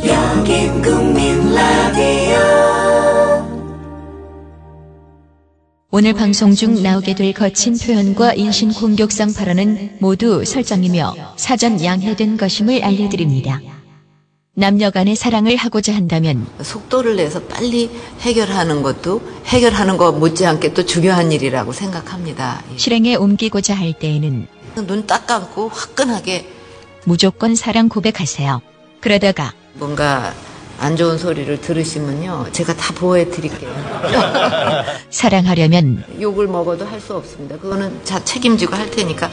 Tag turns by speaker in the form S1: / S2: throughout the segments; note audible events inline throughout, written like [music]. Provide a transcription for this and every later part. S1: 국민 국민 라디오
S2: 오늘 방송 중 나오게 될 거친 표현과 인신 공격성 발언은 모두 설정이며 사전 양해된 것임을 알려드립니다. 남녀 간의 사랑을 하고자 한다면
S3: 속도를 내서 빨리 해결하는 것도 해결하는 것 못지않게 또 중요한 일이라고 생각합니다. 예.
S2: 실행에 옮기고자 할 때에는
S3: 눈 딱 감고 화끈하게
S2: 무조건 사랑 고백하세요. 그러다가
S3: 뭔가 안 좋은 소리를 들으시면요. 제가 다 보호해 드릴게요.
S2: 사랑하려면
S3: [laughs] 욕을 먹어도 할 수 없습니다. 그거는 자 책임지고 할 테니까.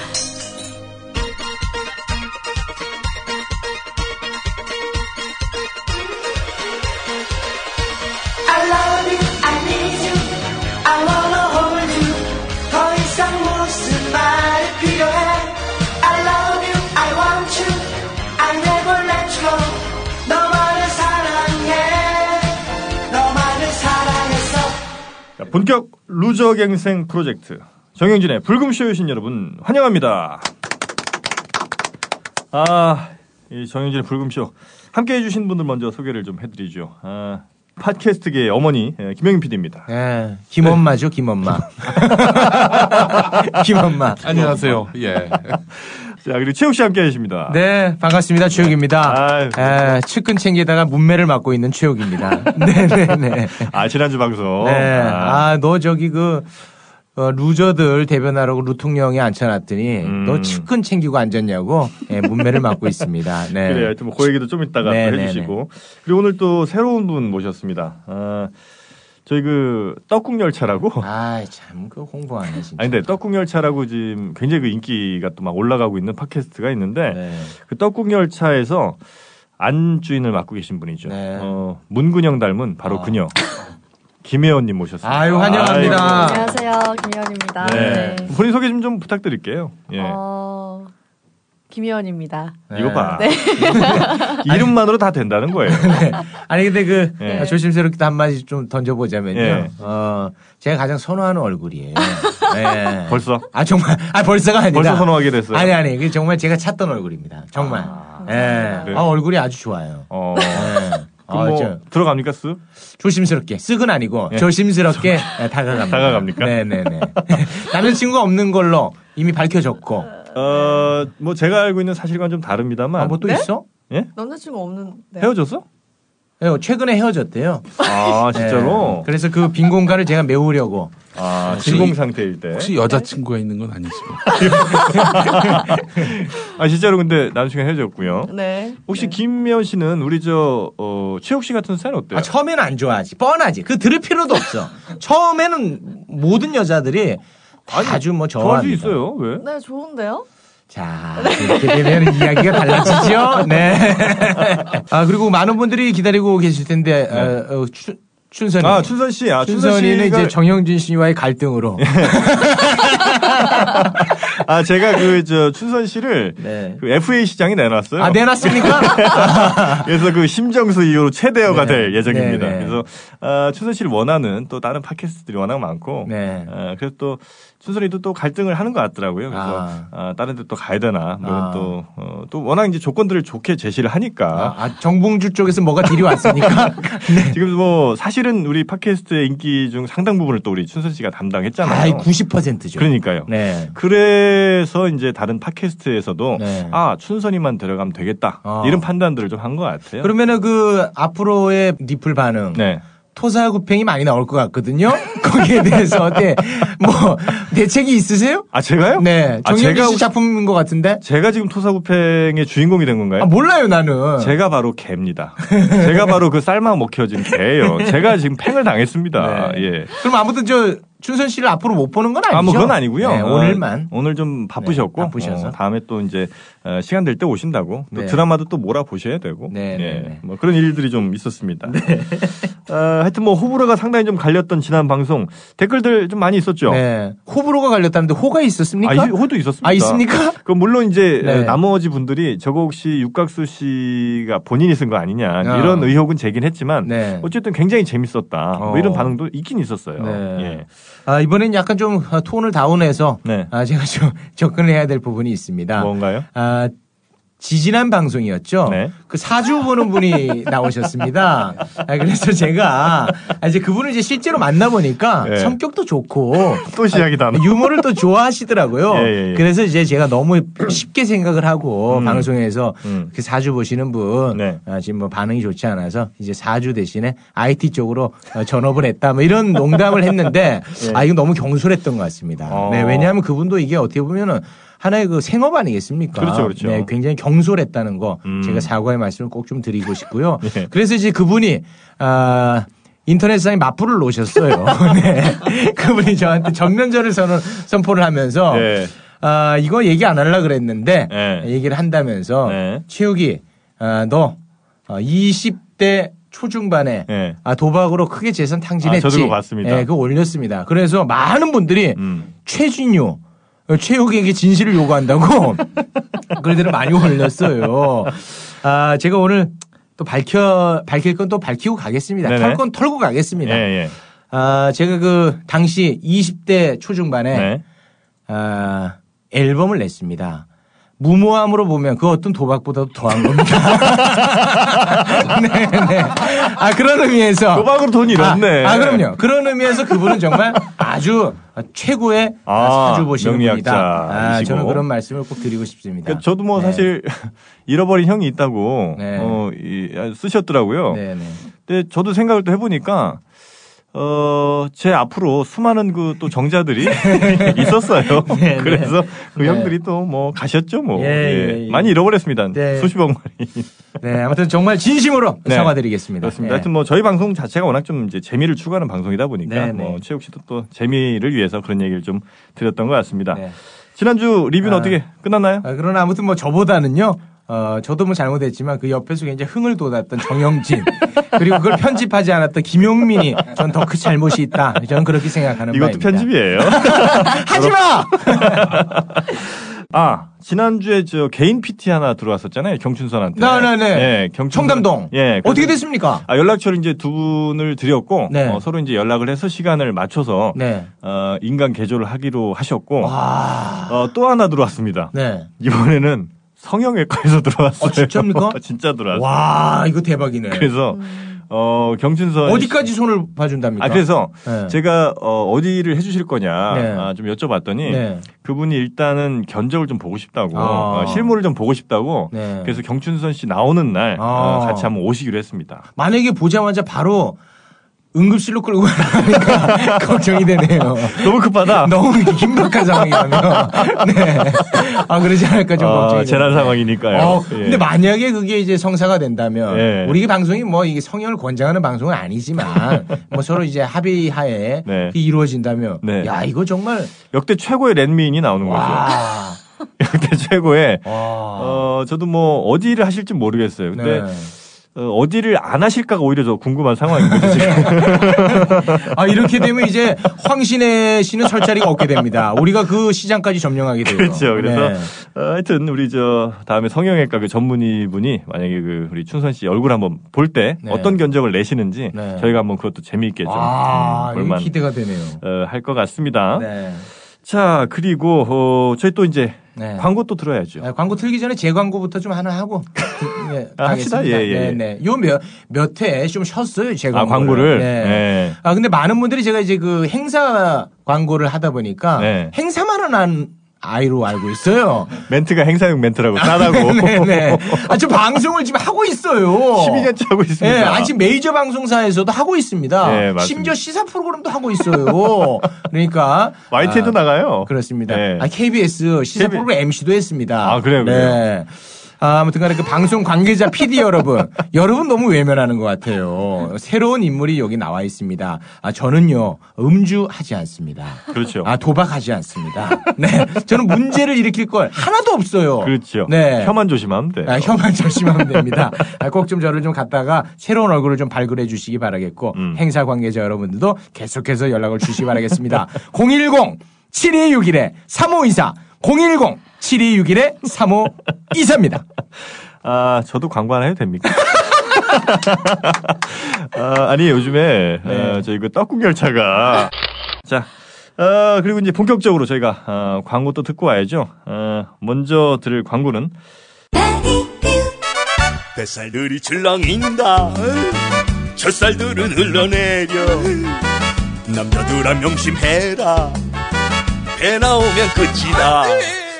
S1: I love you, I need you, I wanna hold you 더 이상 무슨 말이 필요해 I love you, I want you, I never let you go 너만을 사랑해 너만을 사랑했어
S4: 자, 본격 루저 갱생 프로젝트 정영진의 불금쇼 유신 여러분 환영합니다. 아, 이 정영진의 불금쇼 함께 해주신 분들 먼저 소개를 좀 해드리죠. 아, 팟캐스트계의 어머니 예, 김영민 PD입니다.
S5: 예, 김엄마죠,
S4: [laughs]
S5: 김엄마. 김엄마.
S6: 안녕하세요. 예.
S4: 자 그리고 최욱 씨 함께 해주십니다.
S5: 네, 반갑습니다. 최욱입니다.
S4: 아유.
S5: 예, 측근 챙기다가 문매를 맡고 있는
S4: [laughs]
S5: 최욱입니다. 네네네.
S4: 아 지난주 방송.
S5: 네.
S4: 아,
S5: 아, 너 저기 그, 어, 루저들 대변하라고 루통령에 앉혀놨더니
S4: 음.
S5: 너 측근 챙기고 앉았냐고 예, 문매를 맡고 있습니다. 네.
S4: 그래, 하여튼 뭐그 얘기도 좀 이따가
S5: 네,
S4: 또
S5: 네,
S4: 해주시고 그리고 오늘 또 새로운 분 모셨습니다. 아, 저희 그 떡국 열차라고.
S5: 아, 참, 그 홍보하네, 진짜.
S4: 아니 근데 떡국 열차라고 지금 굉장히 그 인기가 또 막 올라가고 있는 팟캐스트가 있는데
S5: 네.
S4: 그 떡국 열차에서 안 주인을 맡고 계신 분이죠.
S5: 네.
S4: 어, 문근영 닮은 바로
S5: 아.
S4: 그녀 김혜원님 모셨습니다.
S5: 아유, 환영합니다.
S7: 안녕하세요, 김희원입니다.
S4: 아이고. 네. 본인 소개 좀, 좀 부탁드릴게요. 예.
S7: 어, 김희원입니다.
S5: 네.
S4: 이거 봐. [laughs] 이름만으로 다 된다는 거예요.
S5: 네, 아니 근데 그
S4: 예.
S5: 아, 조심스럽게 또 한마디 좀 던져보자면요.
S4: 예.
S5: 어, 제가 가장 선호하는 얼굴이에요. 예.
S4: [laughs] 벌써
S5: 아 정말 아 벌써가 아니라
S4: 벌써 선호하게 됐어요.
S5: 아니 아니 그 정말 제가 찾던 얼굴입니다. 정말. 아, 예.
S4: 그래요?
S5: 아, 얼굴이 아주 좋아요.
S4: 어.
S5: 예.
S4: 네. 그럼
S5: 아,
S4: 뭐
S5: 저,
S4: 들어갑니까 스?
S5: 조심스럽게 쓱은 아니고
S4: 예.
S5: 조심스럽게 예, 다가갑니다.
S4: 다가갑니까?
S5: 네네네. [laughs] 남자친구가 없는 걸로 이미 밝혀졌고.
S7: 어,
S4: 어뭐 제가 알고 있는 사실과는 좀 다릅니다만.
S5: 아 뭐 또 있어?
S4: 예?
S7: 남자친구 없는데.
S4: 헤어졌어?
S5: 예, 최근에 헤어졌대요.
S4: 아
S5: 예.
S4: 진짜로?
S5: 그래서 그 빈 공간을 제가 메우려고
S4: 아
S6: 혹시-
S4: 진공 상태일 때.
S8: 네?
S6: 혹시 여자친구가 있는 건 아니죠?
S4: 아 진짜로 근데 남친과 헤어졌고요.
S7: 네.
S4: 혹시 김미연 씨는 우리 저 어, 최욱 씨 같은 스타일 어때요?
S5: 아, 처음에는 안 좋아하지. 뻔하지. 그 들을
S4: [laughs]
S5: 필요도 없어. 처음에는 모든 여자들이 다 아주 뭐
S4: 좋아할 수
S5: 좋아합니다.
S4: 있어요. 왜?
S7: 네, 좋은데요?
S5: 자, 이렇게 되면 이야기가 달라지죠. 네. [laughs] 아, 그리고 많은 분들이 기다리고 계실 텐데 어, 어, 추- 춘선이.
S4: 네. 아 춘선 씨, 아 춘선
S5: 춘선이는
S4: 씨가 네.
S5: 이제 정영진 씨와의 갈등으로.
S4: 아 제가 그 저 춘선 씨를
S5: 네.
S4: 그 FA 시장에 내놨어요.
S5: 아,
S4: [laughs]
S5: 내놨습니까?
S4: 그래서 그 심정수 이후로 최대어가
S5: 네.
S4: 될 예정입니다.
S5: 네, 네.
S4: 그래서 아, 춘선 씨를 원하는 또 다른 팟캐스트들이 워낙 많고,
S5: 네.
S4: 아, 그래서 또 춘선이도 또 갈등을 하는 것 같더라고요. 그래서
S5: 아.
S4: 아, 다른 데 또 가야 되나, 뭐
S5: 아.
S4: 또, 어, 또 워낙 이제 조건들을 좋게 제시를 하니까
S5: 아, 아, 정봉주 쪽에서 뭐가 딜이
S4: [laughs]
S5: 왔습니까?
S4: 지금 뭐 사실은 우리 팟캐스트의 인기 중 상당 부분을 또 우리 춘선 씨가 담당했잖아요.
S5: 아이, 90%죠.
S4: 그러니까요.
S5: 네.
S4: 그래서 이제 다른 팟캐스트에서도
S5: 네.
S4: 아 춘선이만 들어가면 되겠다
S5: 어.
S4: 이런 판단들을 좀 한 것 같아요.
S5: 그러면은 그 앞으로의 리플 반응.
S4: 네.
S5: 토사구팽이 많이 나올 것 같거든요. [laughs] 거기에 대해서 네, 뭐 대책이 있으세요?
S4: 아 제가요?
S5: 네,
S4: 아,
S5: 정영진
S4: 제가
S5: 씨 작품인 것 같은데.
S4: 제가 지금 토사구팽의 주인공이 된 건가요?
S5: 아 몰라요 나는.
S4: 제가 바로 개입니다. 제가 바로 그 쌀만 먹혀진 개예요. 제가 지금 팽을 당했습니다.
S5: [laughs] 네.
S4: 예.
S5: 그럼 아무튼 저 춘선 씨를 앞으로 못 보는 건 아니죠?
S4: 아, 뭐 그건 아니고요.
S5: 네,
S4: 어,
S5: 오늘만.
S4: 오늘 좀 바쁘셨고
S5: 네, 바쁘셔서.
S4: 어, 다음에 또 이제 어, 시간 될 때 오신다고 또
S5: 네.
S4: 드라마도 또 몰아 보셔야 되고
S5: 네,
S4: 예,
S5: 네, 네.
S4: 뭐 그런 일들이 좀 있었습니다. 어, 하여튼 뭐 호불호가 상당히 좀 갈렸던 지난 방송 댓글들 좀 많이 있었죠.
S5: 네. 호불호가 갈렸다는데 호가 있었습니까?
S4: 아, 이- 호도 있었습니다.
S5: 아, 있습니까?
S4: 그 물론 이제
S5: 네.
S4: 어, 나머지 분들이 저거 혹시 육각수 씨가 본인이 쓴 거 아니냐
S5: 어.
S4: 이런 의혹은 제긴 했지만
S5: 네.
S4: 어쨌든 굉장히 재밌었다 뭐 이런
S5: 어.
S4: 반응도 있긴 있었어요. 예.
S5: 네. 아, 이번엔 약간 좀 어, 톤을 다운해서
S4: 네.
S5: [laughs] 아, 제가 좀 접근해야 될 부분이 있습니다.
S4: 뭔가요?
S5: 아, 지지난 방송이었죠.
S4: 네.
S5: 그 사주 보는
S4: [laughs]
S5: 분이 나오셨습니다. 아, 그래서 제가 아, 이제 그분을 이제 실제로 만나보니까
S4: 예.
S5: 성격도 좋고
S4: 또
S5: 아,
S4: 시작이다.
S5: 유머를 또 좋아하시더라고요.
S4: [laughs] 예, 예, 예.
S5: 그래서 이제 제가 너무 쉽게 생각을 하고
S4: 음.
S5: 방송에서
S4: 음.
S5: 그 사주 보시는 분
S4: 네.
S5: 아, 지금 뭐 반응이 좋지 않아서 이제 사주 대신에 IT 쪽으로 어, 전업을 했다 뭐 이런 농담을 했는데
S4: [laughs]
S5: 아 이거 너무 경솔했던 것 같습니다.
S4: 예. 어.
S5: 네, 왜냐하면 그분도 이게 어떻게 보면은 하나의 그 생업 아니겠습니까?
S4: 그렇죠, 그렇죠.
S5: 네, 굉장히 경솔했다는 거
S4: 음.
S5: 제가 사과의 말씀을 꼭 좀
S4: [laughs]
S5: 드리고 싶고요.
S4: 예.
S5: 그래서 이제 그분이 아 인터넷상에
S4: [laughs]
S5: 맞불을 놓으셨어요. 네. 그분이 저한테 전면전을 선언, 선포를 하면서
S4: 예.
S5: 아 이거 얘기 안 하려 그랬는데
S4: 예.
S5: 얘기를 한다면서
S4: 예.
S5: 최욱이 아, 너 어, 20대 초중반에
S4: 예.
S5: 아, 도박으로 크게 재산
S4: 아,
S5: 탕진했지.
S4: 저도 그거 봤습니다.
S5: 예, 그거 올렸습니다. 그래서 많은 분들이
S4: 음.
S5: 최준요, 어, 최욱에게 진실을 요구한다고 [laughs] 글들을 많이 올렸어요. 아, 제가 오늘 또 밝혀 밝힐 건 또 밝히고 가겠습니다.
S4: 네네.
S5: 털 건 털고 가겠습니다.
S4: 예, 예.
S5: 아, 제가 그 당시 20대 초중반에
S4: 네.
S5: 아, 앨범을 냈습니다. 무모함으로 보면 그 어떤 도박보다도 더한 겁니다. [laughs] 네, 네. 아, 그런 의미에서.
S4: 도박으로 돈 잃었네.
S5: 아, 아, 그럼요. 그런 의미에서 그분은 정말 아주 최고의
S4: 아,
S5: 사주 보시는 분이다. 아,
S4: 명리학자이시고.
S5: 저는 그런 말씀을 꼭 드리고 싶습니다.
S4: 그러니까 저도 뭐
S5: 네.
S4: 사실 [laughs] 잃어버린 형이 있다고
S5: 네.
S4: 어, 이, 아, 쓰셨더라고요.
S5: 네, 네.
S4: 근데 저도 생각을 또 해보니까 어, 제 앞으로 수많은 그 또
S5: [laughs]
S4: 정자들이 [laughs] 있었어요.
S5: 네, 네.
S4: 그래서 그
S5: 네.
S4: 형들이 또 뭐 가셨죠 뭐.
S5: 예, 예, 예.
S4: 많이 잃어버렸습니다.
S5: 네.
S4: 수십억 마리.
S5: 네, 아무튼 정말 진심으로
S4: 네.
S5: 사과드리겠습니다.
S4: 그렇습니다.
S5: 네.
S4: 하여튼 뭐 저희 방송 자체가 워낙 좀 이제 재미를 추구하는 방송이다 보니까
S5: 네,
S4: 뭐
S5: 네.
S4: 최욱 씨도 또 재미를 위해서 그런 얘기를 좀 드렸던 것 같습니다.
S5: 네.
S4: 지난주 리뷰는
S5: 아.
S4: 어떻게 끝났나요?
S5: 아, 그러나 아무튼 뭐 저보다는요. 어, 저도 뭐 잘못했지만 그 옆에서 굉장히 흥을 돋았던
S4: [laughs]
S5: 정영진 그리고 그걸 편집하지 않았던 김용민이 전 더 큰 잘못이 있다. 저는 그렇게 생각하는
S4: 이것도
S5: 바입니다. [laughs]
S4: 편집이에요.
S5: 하지 마.
S4: 아 지난주에 저 개인 PT 하나 들어왔었잖아요. 경춘선한테.
S5: 네네네.
S4: 예, 경춘선.
S5: 청담동.
S4: 예. 그래서-
S5: 어떻게 됐습니까?
S4: 아, 연락처를 이제 두 분을 드렸고
S5: 네.
S4: 어, 서로 이제 연락을 해서 시간을 맞춰서
S5: 네.
S4: 어, 인간 개조를 하기로 하셨고
S5: 와.
S4: 어, 또 하나 들어왔습니다.
S5: 네.
S4: 이번에는 성형외과에서 들어왔어요.
S5: 어, 진짜입니까?
S4: [laughs] 진짜 들어왔어요.
S5: 와 이거 대박이네.
S4: 그래서 어 경춘선
S5: 어디까지 손을 봐준답니까?
S4: 아 그래서
S5: 네.
S4: 제가 어, 어디를 해주실 거냐
S5: 네.
S4: 아, 좀 여쭤봤더니
S5: 네.
S4: 그분이 일단은 견적을 좀 보고 싶다고
S5: 아.
S4: 어, 실물을 좀 보고 싶다고
S5: 네.
S4: 그래서 경춘선 씨 나오는 날
S5: 아.
S4: 어, 같이 한번 오시기로 했습니다.
S5: 만약에 보자마자 바로 응급실로 끌고 가니까 [laughs] 걱정이 되네요.
S4: 너무 급하다.
S5: [laughs] 너무 이렇게 긴박한 상황이라면. 네. 아, 그러지 않을까 좀
S4: 아,
S5: 걱정이.
S4: 재난
S5: 되는데.
S4: 상황이니까요.
S5: 어,
S4: 예.
S5: 근데 만약에 그게 이제 성사가 된다면
S4: 예.
S5: 우리 방송이 뭐 이게 성형을 권장하는 방송은 아니지만 뭐 서로 이제 합의하에
S4: 네.
S5: 그게 이루어진다면
S4: 네.
S5: 야 이거 정말
S4: 역대 최고의 랜미인이 나오는
S5: 와,
S4: 거죠. [laughs] 역대 최고의
S5: 와.
S4: 어, 저도 뭐 어디를 하실지 모르겠어요. 근데
S5: 네.
S4: 어, 디를안 하실까가 오히려 더 궁금한 상황인 거죠. 지금.
S5: 아 이렇게 되면 이제 황신혜 씨는 설 자리가 없게 됩니다. 우리가 그 시장까지 점령하게 돼요.
S4: [laughs] 그렇죠. 그래서
S5: 네.
S4: 어, 하여튼 우리 저 다음에 성형외과 그 전문의 분이 만약에 그 우리 춘선 씨 얼굴 한번 볼 때
S5: 네.
S4: 어떤 견적을 내시는지
S5: 네.
S4: 저희가 한번 그것도 재미있게 좀
S5: 아,
S4: 음,
S5: 이거
S4: 볼만 어,
S5: 기대가 되네요.
S4: 할 것 같습니다.
S5: 네.
S4: 자 그리고 어, 저희 또 이제
S5: 네.
S4: 광고 또 들어야죠.
S5: 네, 광고 틀기 전에 제 광고부터 좀 하나 하고 네,
S4: [laughs] 아, 합시다.
S5: 가겠습니다.
S4: 예, 예, 예.
S5: 네, 네. 요몇몇 회에 좀 쉬었어요, 제
S4: 아
S5: 광고를.
S4: 광고를
S5: 네.
S4: 네.
S5: 아 근데 많은 분들이 제가 이제 그 행사 광고를 하다 보니까
S4: 네.
S5: 행사만은 한 아이로 알고 있어요.
S4: 멘트가 행사용 멘트라고 싸다고
S5: 아, [laughs]
S4: [laughs]
S5: 네네. 아, 저 방송을 지금 하고 있어요.
S4: 12년째 하고 있습니다.
S5: 예, 아직 메이저 방송사에서도 하고 있습니다.
S4: 예, 맞습니다.
S5: 심지어 시사 프로그램도 하고 있어요. 그러니까
S4: YTN도
S5: 아,
S4: 나가요.
S5: 그렇습니다.
S4: 예.
S5: 아, KBS 시사
S4: KB-
S5: 프로그램 MC도 했습니다.
S4: 아, 그래요, 그래요?
S5: 네. 아, 아무튼간에 그 방송 관계자 PD 여러분, [laughs] 여러분 너무 외면하는 것 같아요. 새로운 인물이 여기 나와 있습니다. 아, 저는요 음주하지 않습니다.
S4: 그렇죠.
S5: 아, 도박하지 않습니다. 네, 저는 문제를 일으킬 걸 하나도 없어요.
S4: 그렇죠.
S5: 네.
S4: 혀만 조심하면 돼.
S5: 아, 혀만 조심하면 됩니다. 아, 꼭 좀 저를 좀 갖다가 새로운 얼굴을 좀 발굴해 주시기 바라겠고
S4: 음.
S5: 행사 관계자 여러분들도 계속해서 연락을 주시기 바라겠습니다. [laughs] 010 7261에 3524 010 7261에 3524입니다.
S4: 아, 저도 광고 하나 해도 됩니까? [laughs] 아, 니 요즘에 어, 저희 그 떡국 열차가 자 어, 그리고 아, 이제 본격적으로 저희가 어, 아, 광고 또 듣고 와야죠. 어, 먼저 들을 광고는
S9: 뱃살들이 출렁인다 젖살들은 흘러내려 남자들아 명심해라 배 나오면 끝이다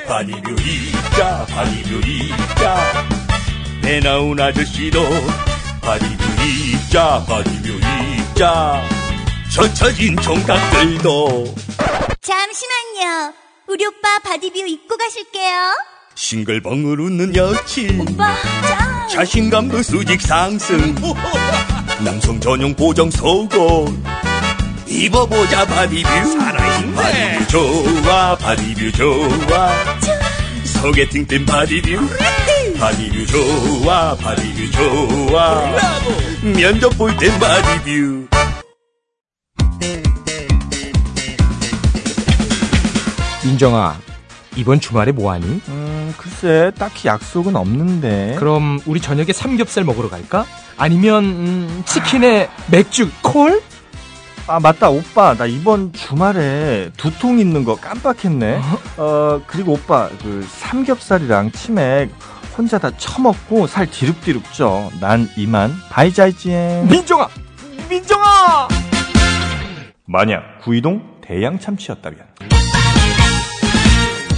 S9: 바디뷰이자 바디뷰이자 배 나온 아저씨도 바디뷰이자 바디뷰이자 젖혀진 총각들도
S10: 잠시만요. 우리 오빠 바디뷰 입고 가실게요.
S9: 싱글벙글 웃는 여친
S10: 오빠, 짱!
S9: 자신감도 그 수직 상승 남성 전용 보정 속옷 입어보자 바디뷰 바디뷰 좋아 바디뷰 좋아 소개팅 땐 바디뷰 바디뷰 좋아 바디뷰 좋아 면접 볼 땐 바디뷰
S5: 민정아 이번 주말에 뭐하니?
S4: 음, 글쎄 딱히 약속은 없는데.
S5: 그럼 우리 저녁에 삼겹살 먹으러 갈까? 아니면 음, 치킨에 맥주 콜?
S4: 아 맞다 오빠 나 이번 주말에 두통 있는 거 [laughs] 깜빡했네. 어 그리고 오빠 그 삼겹살이랑 치맥 혼자 다 처먹고 살 디룩디룩 쪄. 난 이만 바이자이지엔.
S5: 민정아 민정아
S4: 만약 구이동 대양 참치였다면.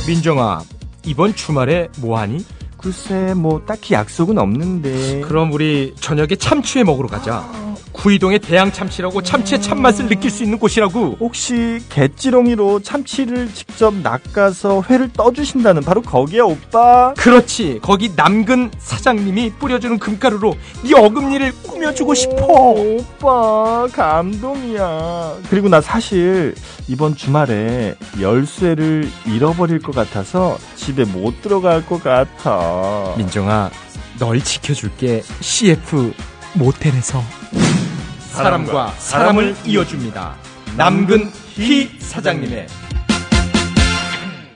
S5: 민정아 이번 주말에 뭐하니?
S4: 글쎄 뭐 딱히 약속은 없는데.
S5: 그럼 우리 저녁에 참치회 먹으러 가자. 구이동의 대양 참치라고 참치의 참맛을 느낄 수 있는 곳이라고.
S4: 혹시 개찌렁이로 참치를 직접 낚아서 회를 떠주신다는 바로 거기야
S5: 어.
S4: 오빠.
S5: 그렇지. 거기 남근 사장님이 뿌려주는 금가루로 네 어금니를 꾸며주고 싶어.
S4: 오, 오빠 감동이야. 그리고 나 사실 이번 주말에 열쇠를 잃어버릴 것 같아서 집에 못 들어갈 것 같아.
S5: 민정아, 널 지켜줄게. CF 모텔에서 사람과 사람을 이어줍니다. 남근 희 사장님의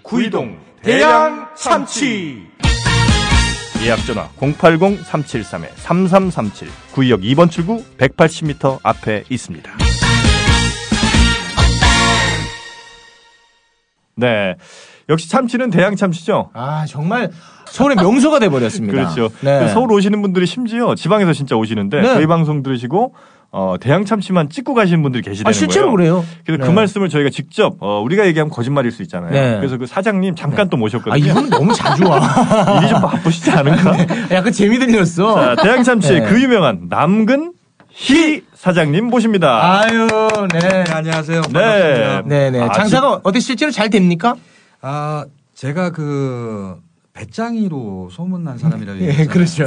S4: 구이동
S5: 대양 참치.
S4: 예약 전화 080-373-3337 구역 2번 출구 180m 앞에 있습니다. 네. 역시 참치는 대양 참치죠.
S5: 아 정말 서울의 명소가 돼 버렸습니다.
S4: 그렇죠.
S5: 네.
S4: 서울 오시는 분들이 심지어 지방에서 진짜 오시는데
S5: 네.
S4: 저희 방송 들으시고 어, 대양 참치만 찍고 가시는 분들이 계시다는
S5: 아 실제로
S4: 거예요.
S5: 그래요.
S4: 그래서 그
S5: 네.
S4: 말씀을 저희가 직접 어, 우리가 얘기하면 거짓말일 수 있잖아요.
S5: 네.
S4: 그래서 그 사장님 잠깐 또 모셨거든요.
S5: 아 이분 너무 자주 와.
S4: [laughs] 일이 좀 바쁘시지 않을까?
S5: 약간
S4: [laughs]
S5: 재미
S4: 네. 자,
S5: 들렸어.
S4: 대양 참치의
S5: 네.
S4: 그 유명한 남근 희 사장님 모십니다.
S5: 아유 네.
S8: 안녕하세요.
S4: 네.
S5: 네네
S4: 아,
S5: 장사가 어때 실제로 잘 됩니까?
S8: 아, 제가 그 배짱이로 소문난 사람이라
S5: [laughs] 예 그렇죠.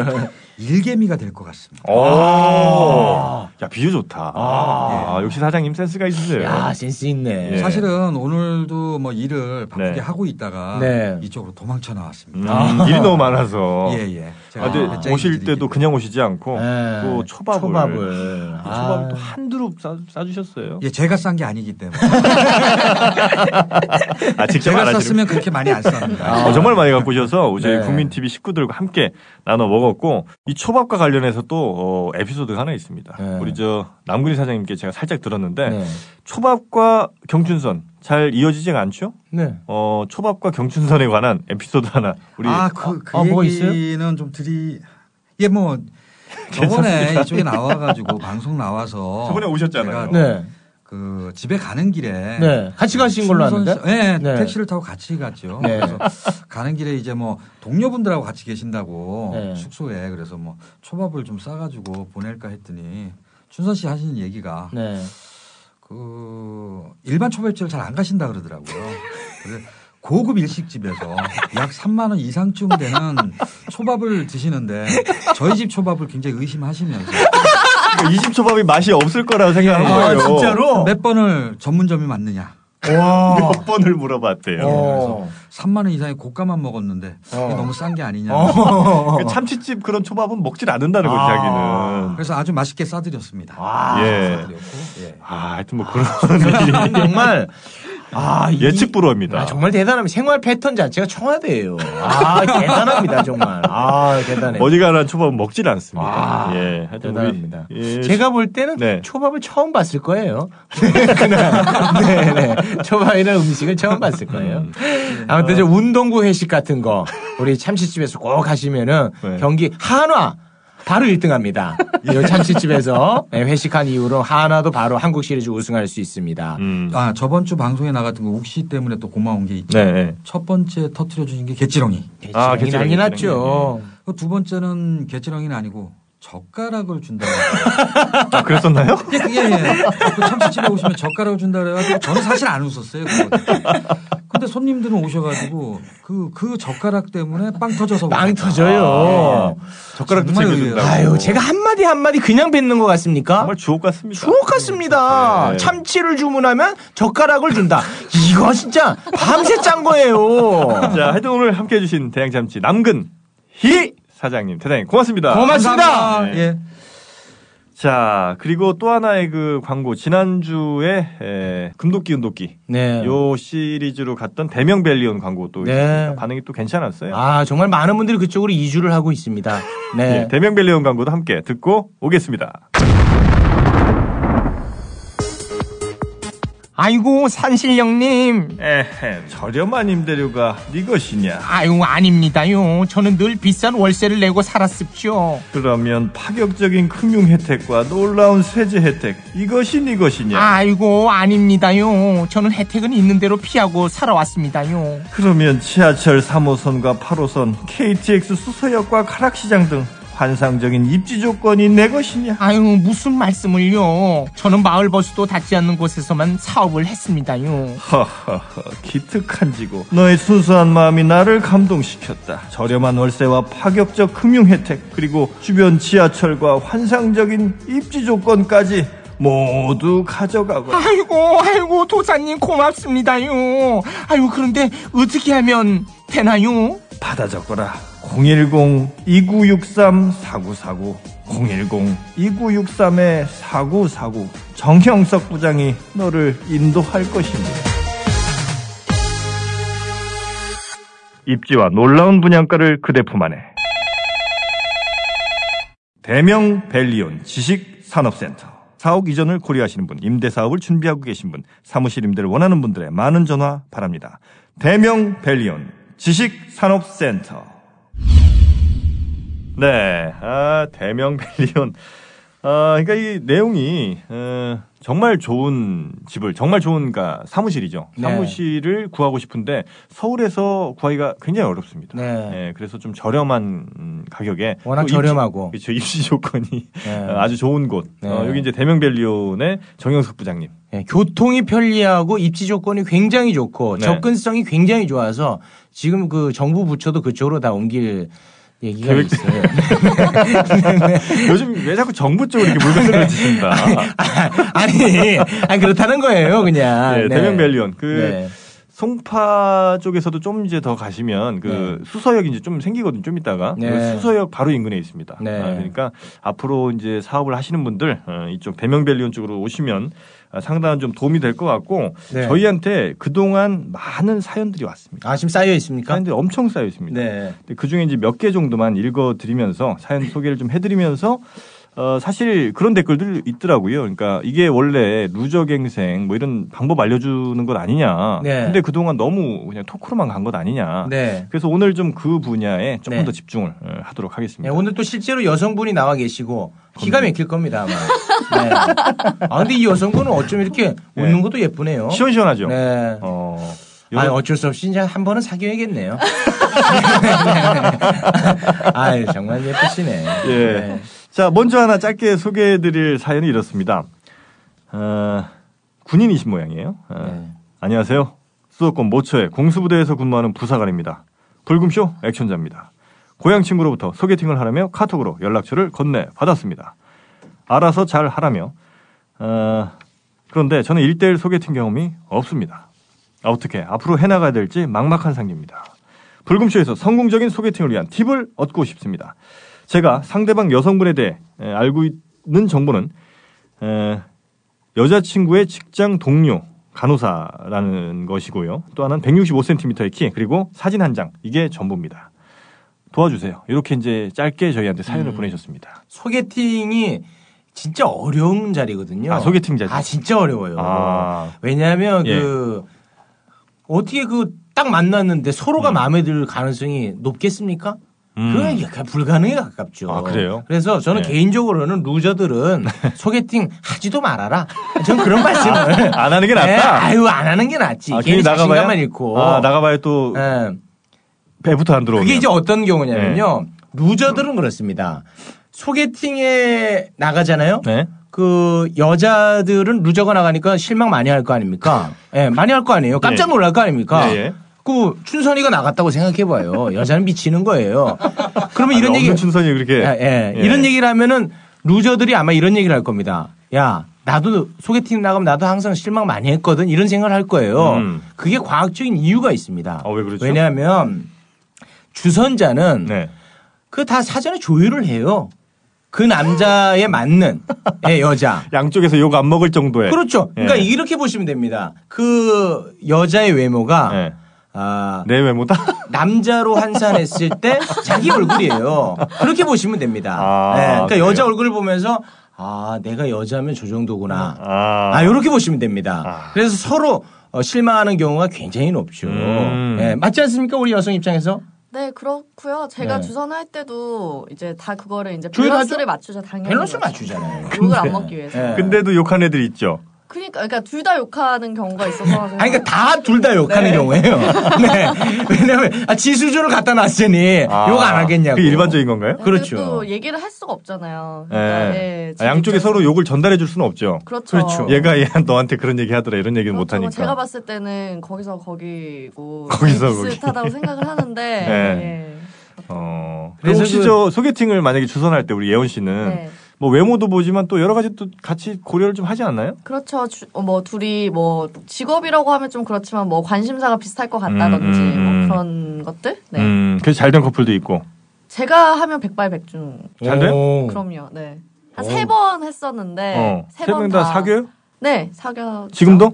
S8: 일개미가 될 것 같습니다.
S4: 오. 야, 비유 좋다. 아, 역시 사장님 센스가 있으세요.
S5: 야 아, 센스 있네.
S4: 예.
S8: 사실은 오늘도 뭐 일을 바쁘게
S4: 네.
S8: 하고 있다가
S5: 네.
S8: 이쪽으로 도망쳐 나왔습니다.
S4: 음, 일이 너무 많아서.
S8: [laughs]
S6: 어.
S8: 예, 예. 제가
S4: 아, 근데
S8: 배짱이
S4: 오실
S8: 일이기
S4: 때도
S8: 때문에.
S4: 그냥 오시지 않고
S5: 예.
S4: 어, 또 초밥을
S5: 초밥을.
S4: 또
S5: 아.
S4: 초밥을 또 한두릅 싸, 싸주셨어요.
S8: 예, 제가 싼 게 아니기 때문에.
S4: 아, 직접
S8: 제가
S4: 안 하시는
S8: 쌌으면 그렇게 많이 안 쌉니다.
S4: 어, 정말 많이 갖고 오셔서 저희
S5: 네.
S4: 국민 TV 식구들과 함께 나눠 먹었고 이 초밥과 관련해서 또 어, 에피소드가 하나 있습니다.
S5: 네.
S4: 우리 저 남근희 사장님께 제가 살짝 들었는데
S5: 네.
S4: 초밥과 경춘선 잘 이어지지가 않죠?
S5: 네.
S4: 어, 초밥과 경춘선에 관한 에피소드 하나 [laughs] 우리
S8: 아, 그, 그
S5: 아, 뭐가 있어요?
S8: 얘기는 좀 드리,
S6: [laughs]
S8: 예, 뭐, 저번에 이쪽에 나와가지고 방송 나와서.
S4: 저번에 오셨잖아요.
S8: 제가
S5: 네.
S8: 그 집에 가는 길에
S5: 네. 같이 가신 걸로 아는데?
S8: 춘선 씨- 네,
S5: 네.
S8: 택시를 타고 같이 갔죠.
S5: 네.
S8: 그래서 가는 길에 이제 뭐 동료분들하고 같이 계신다고
S5: 네.
S8: 숙소에 그래서 뭐 초밥을 좀 싸가지고 보낼까 했더니 춘선 씨 하시는 얘기가
S5: 네.
S8: 그 일반 초밥집을 잘 안 가신다 그러더라고요. 그래서 고급 일식집에서 약 3만 원 이상쯤 되는 초밥을 드시는데 저희 집 초밥을 굉장히 의심하시면서
S4: 그러니까 이집 초밥이 맛이 없을 거라고
S5: 아,
S4: 생각한 거예요.
S8: 몇 번을 전문점이 맞느냐
S5: 와.
S4: 몇 번을 물어봤대요.
S5: 아. 어.
S8: 3만 원 예, 이상의 고가만 먹었는데
S5: 어.
S8: 이게 너무 싼 게 아니냐.
S4: 그 참치집 그런 초밥은 먹질 않는다는
S5: 아.
S4: 거지 자기는.
S8: 그래서 아주 맛있게 싸드렸습니다.
S4: 예.
S8: 싸드렸고, 예.
S4: [laughs] 아, 하여튼 뭐 그런 일이
S5: [laughs] 정말 아, 이-
S4: 예측 불허입니다.
S5: 아, 정말 대단합니다. 생활 패턴 자체가 청와대예요. 아, 대단합니다, 정말. 아, 대단해.
S4: 어지간한 초밥은 먹질 않습니다.
S5: 와,
S4: 예, 하여튼 우리-
S5: 아, 대단합니다.
S4: 예,
S5: 제가 볼 때는
S4: 네.
S5: 초밥을 처음 봤을 거예요. [laughs] 네, 그날. 네, 네. 초밥이라는 음식을 처음 봤을 거예요. 아무튼 저 운동구 회식 같은 거 우리 참치집에서 꼭 하시면은
S4: 네.
S5: 경기 한화 바로 1등합니다. 이 참치집에서 네, 회식한 이후로 한화도 바로 한국 시리즈 우승할 수 있습니다.
S4: 음.
S8: 아 저번 주 방송에 나갔던 거 욱씨 때문에 또 고마운 게 있죠.
S4: 네, 네.
S8: 첫 번째 터트려 주신 게 개찌렁이.
S5: 예.
S4: 아, 네,
S5: 개치랑이
S4: 개치랑이,
S5: 난리 났죠.
S8: 그두 번째는 개찌렁이는 아니고 젓가락을 준다.
S4: 아,
S5: [laughs]
S4: 그랬었나요?
S8: 예, 예, 예. 그 참치집에 오시면 젓가락을 준다 그래가지고 저는 사실 안 웃었어요. 그거는. 근데 손님들은 오셔가지고 그, 그 젓가락 때문에 빵 터져서.
S5: 빵
S8: 울었다. 아, 예.
S5: 터져요.
S4: 젓가락도
S8: 정말
S4: 챙겨준다고.
S5: 아유, 제가 한마디 한마디 그냥 뱉는 것 같습니까?
S4: 어. 정말 주옥 같습니다.
S5: 주옥 같습니다.
S4: 네.
S5: 참치를 주문하면 젓가락을 준다. 이거 진짜 밤새 짠 거예요.
S4: [laughs] 자, 하여튼 오늘 함께 해주신 대양참치 남근 희 사장님, 대단히 고맙습니다.
S5: 고맙습니다.
S8: 감사합니다. 예.
S4: 자, 그리고 또 하나의 그 광고, 지난주에, 에, 금도끼, 은도끼.
S5: 네.
S4: 요 시리즈로 갔던 대명벨리온 광고 또
S5: 네.
S4: 있습니다. 반응이 또 괜찮았어요.
S5: 아, 정말 많은 분들이 그쪽으로 이주를 하고 있습니다. 네.
S4: 예, 대명벨리온 광고도 함께 듣고 오겠습니다.
S5: 아이고, 산신령님.
S4: 에헤, 저렴한 임대료가 네 것이냐.
S5: 아유, 아닙니다요. 저는 늘 비싼 월세를 내고 살았습죠.
S4: 그러면 파격적인 금융 혜택과 놀라운 세제 혜택, 이것이 네 것이냐.
S5: 아이고, 아닙니다요. 저는 혜택은 있는 대로 피하고 살아왔습니다요.
S4: 그러면 지하철 3호선과 8호선, KTX 수서역과 가락시장 등 환상적인 입지 조건이 내 것이냐?
S5: 아유 무슨 말씀을요 저는 마을 버스도 닿지 않는 곳에서만 사업을 했습니다요
S4: 허허허, 기특한 지고 너의 순수한 마음이 나를 감동시켰다. 저렴한 월세와 파격적 금융 혜택, 그리고 주변 지하철과 환상적인 입지 조건까지 모두 가져가고.
S5: 아이고 아이고 도사님 고맙습니다요 아유 그런데 어떻게 하면 되나요
S4: 받아 적거라. 010-2963-4949. 010-2963-4949. 정형석 부장이 너를 인도할 것입니다. 입지와 놀라운 분양가를 그대 품 안에. 대명 벨리온 지식산업센터. 사옥 이전을 고려하시는 분, 임대 사업을 준비하고 계신 분, 사무실 임대를 원하는 분들의 많은 전화 바랍니다. 대명 벨리온 지식산업센터. 네, 아, 대명 벨리온. 아, 그러니까 이 내용이 어, 정말 좋은 집을 정말 좋은 가 사무실이죠.
S5: 네.
S4: 사무실을 구하고 싶은데 서울에서 구하기가 굉장히 어렵습니다.
S5: 네.
S4: 예, 그래서 좀 저렴한 음, 가격에
S5: 워낙
S4: 또
S5: 저렴하고.
S4: 입시, 그렇죠 입시 조건이
S5: 네.
S4: [laughs] 어, 아주 좋은 곳
S5: 네.
S4: 어, 여기 이제 대명밸리온의 정영석 부장님
S5: 예, 교통이 편리하고 입지 조건이 굉장히 좋고
S4: 네.
S5: 접근성이 굉장히 좋아서 지금 그 정부 부처도 그쪽으로 다 옮길 얘기가
S4: 계획-
S5: 있어요 [laughs]
S4: 요즘 왜 자꾸 정부 쪽으로 이렇게 물건을
S5: [laughs]
S4: 던지신다
S5: 아니, 아니 그렇다는 거예요 그냥
S4: 예,
S5: 네.
S4: 대명밸리온 그
S5: 네.
S4: 송파 쪽에서도 좀 이제 더 가시면 그 수서역 이제 좀 생기거든요. 좀 있다가
S5: 네.
S4: 그 수서역 바로 인근에 있습니다.
S5: 네.
S4: 아, 그러니까 앞으로 이제 사업을 하시는 분들 어, 이쪽 대명밸리온 쪽으로 오시면 아, 상당한 좀 도움이 될 것 같고
S5: 네.
S4: 저희한테 그동안 많은 사연들이 왔습니다.
S5: 아 지금 쌓여 있습니까
S4: 사연들이 엄청 쌓여 있습니다.
S5: 네
S4: 그 중에 이제 몇 개 정도만 읽어드리면서 사연 소개를 좀 해드리면서 어, 사실 그런 댓글들 있더라고요. 그러니까 이게 원래 루저갱생 뭐 이런 방법 알려주는 것 아니냐.
S5: 네.
S4: 근데 그동안 너무 그냥 토크로만 간 것 아니냐.
S5: 네.
S4: 그래서 오늘 좀 그 분야에 조금
S5: 네.
S4: 더 집중을 어, 하도록 하겠습니다.
S5: 네, 오늘 또 실제로 여성분이 나와 계시고 기가 막힐 겁니다. 아마. 네. 아 근데 이 여성분은 어쩜 이렇게
S4: 네.
S5: 웃는 것도 예쁘네요.
S4: 시원시원하죠?
S5: 네.
S4: 어,
S5: 아
S4: 여러-
S5: 어쩔 수 없이 이제 한
S4: [laughs]
S5: 번은 사귀어야겠네요. [laughs] 네. 아 정말 예쁘시네.
S4: 예.
S5: 네.
S4: 자, 먼저 하나 짧게 소개해 드릴 사연이 이렇습니다. 어, 군인이신 모양이에요. 어,
S5: 네.
S4: 안녕하세요. 수도권 모처의 공수부대에서 근무하는 부사관입니다. 불금쇼 액션자입니다. 고향 친구로부터 소개팅을 하라며 카톡으로 연락처를 건네 받았습니다. 알아서 잘 하라며. 어, 그런데 저는 일대일 소개팅 경험이 없습니다. 아, 어떻게 앞으로 해나가야 될지 막막한 상기입니다. 불금쇼에서 성공적인 소개팅을 위한 팁을 얻고 싶습니다. 제가 상대방 여성분에 대해 에, 알고 있는 정보는 에, 여자친구의 직장 동료 간호사라는 것이고요. 또 하나는 165cm의 키 그리고 사진 한 장. 이게 전부입니다. 도와주세요. 이렇게 이제 짧게 저희한테
S5: 음.
S4: 사연을 보내셨습니다.
S5: 소개팅이 진짜 어려운 자리거든요.
S4: 아, 소개팅 자리.
S5: 아, 진짜 어려워요.
S4: 아.
S5: 왜냐하면
S4: 예.
S5: 그 어떻게 그 딱 만났는데 서로가 마음에 들 가능성이 높겠습니까?
S4: 음.
S5: 그건 약간 불가능에 가깝죠.
S4: 아, 그래요?
S5: 서 저는
S4: 예. [laughs]
S5: 개인적으로는 루저들은 소개팅 하지도 말아라. 전 그런 말씀을
S4: 안 하는 게 낫다?
S5: 예, 아유 안 하는 게 낫지. 괜히 자신감만 잃고.
S4: 아, 나가봐야 또
S5: 예.
S4: 배부터 안 들어오면.
S5: 그게 이제 어떤 경우냐면요.
S4: 네.
S5: 루저들은 그렇습니다. 소개팅에 나가잖아요.
S4: 네.
S5: 그 여자들은 루저가 나가니까 실망 많이 할
S4: [laughs]
S5: 거 아닙니까? 예, 많이 할 거 아니에요. 깜짝 놀랄 거 아닙니까?
S4: 네. 예, 예.
S5: 그 춘선이가 나갔다고 생각해 봐요. 여자는
S4: [laughs]
S5: 미치는 거예요. 그러면 이런
S4: 아니,
S5: 얘기
S4: 없는 춘선이 그렇게.
S5: 예, 예. 이런 얘기를 하면은 루저들이 아마 이런 얘기를 할 겁니다. 야, 나도 소개팅 나가면 나도 항상 실망 많이 했거든. 이런 생각을 할 거예요.
S4: 음.
S5: 그게 과학적인 이유가 있습니다.
S4: 아, 왜 그렇죠?
S5: 냐하면 주선자는
S4: 네.
S5: 그 다 사전에 조율을 해요. 그 남자에
S4: [laughs]
S5: 맞는 예, 여자.
S4: 양쪽에서 욕 안 먹을 정도의.
S5: 그렇죠. 그러니까
S4: 예.
S5: 이렇게 보시면 됩니다. 그 여자의 외모가
S4: 예.
S5: 아,
S4: 내 외모다.
S5: 남자로 환산했을 때 자기 얼굴이에요. 그렇게 보시면 됩니다.
S4: 아,
S5: 네, 그러니까
S4: 그래요?
S5: 여자 얼굴을 보면서 아 내가 여자면 저 정도구나.
S4: 아.
S5: [laughs] 아 이렇게 보시면 됩니다.
S4: 아.
S5: 그래서 서로 어, 실망하는 경우가 굉장히 높죠.
S4: 음.
S5: 네, 맞지 않습니까 우리 여성 입장에서?
S7: 네, 그렇고요. 제가
S5: 네.
S7: 주선할 때도 이제 다 그거를 이제
S5: 조율하죠?
S7: 밸런스를 맞추죠, 당연히.
S5: 밸런스 맞추잖아요.
S7: 욕을 네, 안 먹기 위해서.
S5: 네.
S4: 근데도 욕한 애들 있죠.
S7: 그러니까, 그러니까 둘 다 욕하는 경우가 있어서.
S5: 아니, 그러니까 다 둘 다 욕하는 경우예요. [laughs] 네. 왜냐하면 아, 지수조를 갖다 놨으니
S4: 아,
S5: 욕 안 하겠냐고.
S4: 그게 일반적인 건가요?
S7: 네,
S5: 그렇죠. 네.
S7: 그리고 또 얘기를 할 수가 없잖아요.
S4: 예.
S7: 그러니까, 예,
S4: 아, 양쪽에
S7: 제
S4: 서로 욕을 전달해 줄 수는 없죠.
S7: 그렇죠. 그렇죠.
S4: 얘가 얘 너한테 그런 얘기 하더라 이런 얘기는 못
S7: 그렇죠.
S4: 하니까.
S7: 제가 봤을 때는 거기서 거기고
S4: 거기서 거기. [laughs]
S7: 비슷하다고 생각을 하는데
S4: 네.
S7: 예.
S4: 어.
S5: 그래서
S4: 혹시
S5: 그-
S4: 저 소개팅을 만약에 주선할 때 우리 예원 씨는
S7: 네.
S4: 뭐 외모도 보지만 또 여러 가지 또 같이 고려를 좀 하지 않나요?
S7: 그렇죠. 주- 어, 뭐 둘이 뭐 직업이라고 하면 좀 그렇지만 뭐 관심사가 비슷할 것 같다든지
S4: 음, 음, 음.
S7: 뭐 그런 것들. 네.
S4: 음, 그래서 잘 된 커플도 있고.
S7: 제가 하면 백발백중.
S4: 잘 돼요?
S5: 오.
S7: 그럼요. 네.
S5: 오.
S7: 한 세 번 했었는데
S4: 어.
S7: 네, 세 번
S4: 세명다
S7: 다.
S4: 사귀어요?
S7: 네, 사겨.
S4: 지금도?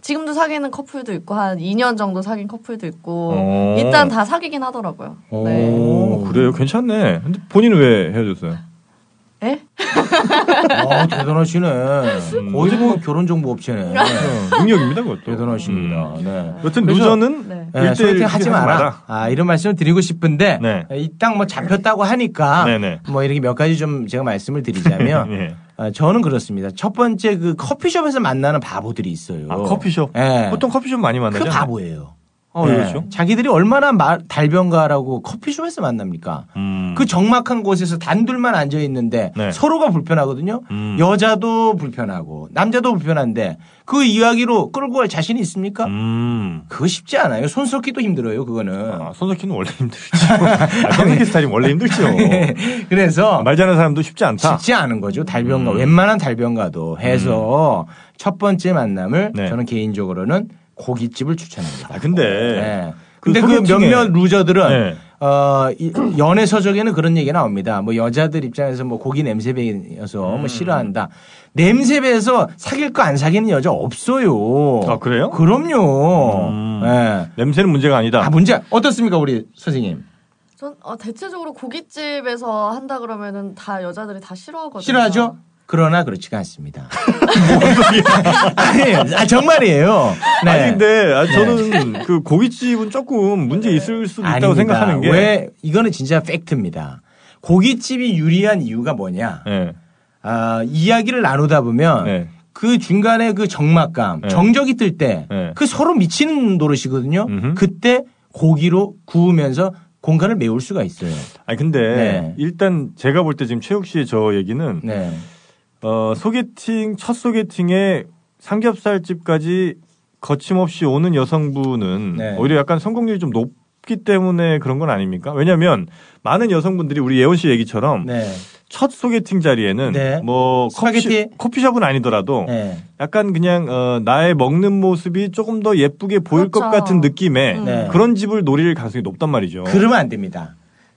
S7: 지금도 사귀는 커플도 있고 한 2년 정도 사귄 커플도 있고
S4: 오.
S7: 일단 다 사귀긴 하더라고요. 네.
S5: 오.
S4: 어. 오, 그래요. 괜찮네. 근데 본인은 왜 헤어졌어요?
S7: [laughs] 예?
S5: 아, 대단하시네.
S4: 음.
S5: 어디 뭐 결혼 정보 업체네.
S4: 어, 능력입니다, 그것도.
S5: 대단하십니다.
S4: 음.
S5: 네.
S4: 여튼
S5: 그래서-
S4: 루저는
S7: 네.
S5: 네,
S4: 일대일
S5: 소개팅 하지
S4: 하지
S5: 마라.
S4: 마라.
S5: 아, 이런 말씀을 드리고 싶은데
S4: 네.
S5: 이땅 뭐 잡혔다고 하니까
S4: 네네.
S5: 뭐 이렇게 몇 가지 좀 제가
S4: [laughs]
S5: 말씀을 드리자면
S4: 예.
S5: 아, 저는 그렇습니다. 첫 번째 그 커피숍에서 만나는 바보들이 있어요.
S4: 아, 커피숍.
S5: 예.
S4: 보통 커피숍 많이
S5: 그
S4: 만나죠.
S5: 바보예요.
S4: 아, 왜 그렇죠?
S5: 자기들이 얼마나 말, 달변가라고 커피숍에서 만납니까?
S4: 음.
S5: 그 적막한 곳에서 단둘만 앉아 있는데
S4: 네.
S5: 서로가 불편하거든요.
S4: 음.
S5: 여자도 불편하고 남자도 불편한데 그 이야기로 끌고 갈 자신이 있습니까?
S4: 음.
S5: 그거 쉽지 않아요. 손 썩기도 힘들어요. 그거는.
S4: 아, 손석희는 원래 힘들죠. 아, 손석희 스타일이 원래 힘들죠.
S5: [laughs] 그래서
S4: 말 잘하는 사람도 쉽지 않다.
S5: 네. 쉽지 않은 거죠. 달변가
S4: 음.
S5: 웬만한 달변가도 해서 첫 번째 만남을
S4: 네.
S5: 저는 개인적으로는 고깃집을 추천합니다.
S4: 아, 근데
S5: 네.
S4: 그
S5: 근데 그
S4: 소개팅에-
S5: 몇몇 루저들은
S4: 네.
S5: 어, 이- 연애 서적에는 그런 얘기 나옵니다. 뭐 여자들 입장에서 뭐 고기 냄새 배여서
S4: 음.
S5: 뭐 싫어한다. 냄새 배에서 사귈 거 안 사귀는 여자 없어요.
S4: 아, 그래요?
S5: 그럼요.
S4: 음.
S5: 네.
S4: 냄새는 문제가 아니다.
S5: 아 문제 어떻습니까 우리 선생님?
S7: 전 어, 대체적으로 고깃집에서 한다 그러면은 다 여자들이 다 싫어하거든요.
S5: 싫어하죠? 그러나 그렇지가 않습니다. [laughs] 아니, 아, 정말이에요. 네. 네.
S4: 아니 근데 아, 저는 그 고깃집은 조금 문제 있을 수도 있다고
S5: 아닙니다.
S4: 생각하는 게
S5: 왜 이거는 진짜 팩트입니다. 고깃집이 유리한 이유가 뭐냐?
S4: 예.
S5: 아, 이야기를 나누다 보면
S4: 네.
S5: 그 중간에 그 정막감,
S4: 네.
S5: 정적이 뜰 때 그
S4: 네.
S5: 서로 미치는 노릇이거든요.
S4: 음흠.
S5: 그때 고기로 구우면서 공간을 메울 수가 있어요.
S4: 아니 근데
S5: 네.
S4: 일단 제가 볼 때 지금 최욱 씨의 저 얘기는
S5: 네.
S4: 어, 소개팅 첫 소개팅에 삼겹살 집까지 거침없이 오는 여성분은
S5: 네.
S4: 오히려 약간 성공률이 좀 높기 때문에 그런 건 아닙니까? 왜냐하면 많은 여성분들이 우리 예원 씨 얘기처럼
S5: 네.
S4: 첫 소개팅 자리에는
S5: 네.
S4: 뭐
S5: 스파게티?
S4: 커피, 숍은 아니더라도
S5: 네.
S4: 약간 그냥 어, 나의 먹는 모습이 조금 더 예쁘게 보일 것
S7: 그렇죠.
S4: 같은 느낌의
S5: 네.
S4: 그런 집을 노릴 가능성이 높단 말이죠.
S5: 그러면 안 됩니다.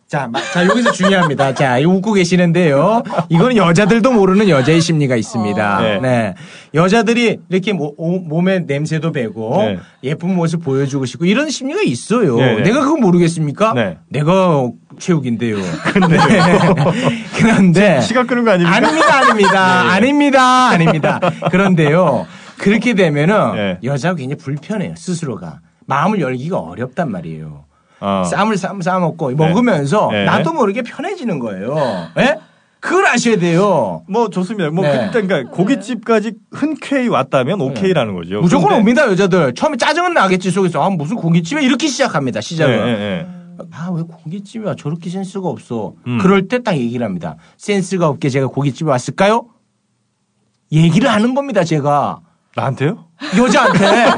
S5: 자, 마- 자 여기서 중요합니다. 자, 이거 웃고 계시는데요. 이건 여자들도 모르는 여자의 심리가 있습니다.
S4: 어. 네.
S5: 네. 여자들이 이렇게 모- 오- 몸에 냄새도 배고
S4: 네.
S5: 예쁜 모습 보여주고 싶고 이런 심리가 있어요.
S4: 네, 네.
S5: 내가 그거 모르겠습니까?
S4: 네.
S5: 내가
S4: [laughs]
S5: 최욱인데요. 근데 [laughs] 그런데
S4: 시간 끄는 거 아닙니까?
S5: 아닙니다, 아닙니다,
S4: [laughs] 네, 네.
S5: 아닙니다, 아닙니다. 그런데요, 그렇게 되면은
S4: 네.
S5: 여자가 굉장히 불편해요 스스로가 마음을 열기가 어렵단 말이에요.
S4: 어.
S5: 쌈을 쌈 싸먹고 먹으면서
S4: 네.
S5: 나도 모르게 편해지는 거예요. 예? 그걸 아셔야 돼요.
S4: 뭐 좋습니다. 뭐
S5: 네.
S4: 그때 그러니까 고깃집까지 흔쾌히 왔다면 오케이라는 거죠.
S5: 무조건
S4: 근데-
S5: 옵니다 여자들. 처음에 짜증은 나겠지 속에서 아 무슨 고깃집에 이렇게 시작합니다 시작은.
S4: 예, 예, 예.
S5: 아 왜 고깃집에 와 저렇게 센스가 없어.
S4: 음.
S5: 그럴 때 딱 얘기를 합니다. 센스가 없게 제가 고깃집에 왔을까요? 얘기를 하는 겁니다 제가
S4: 나한테요? [laughs]
S5: 여자한테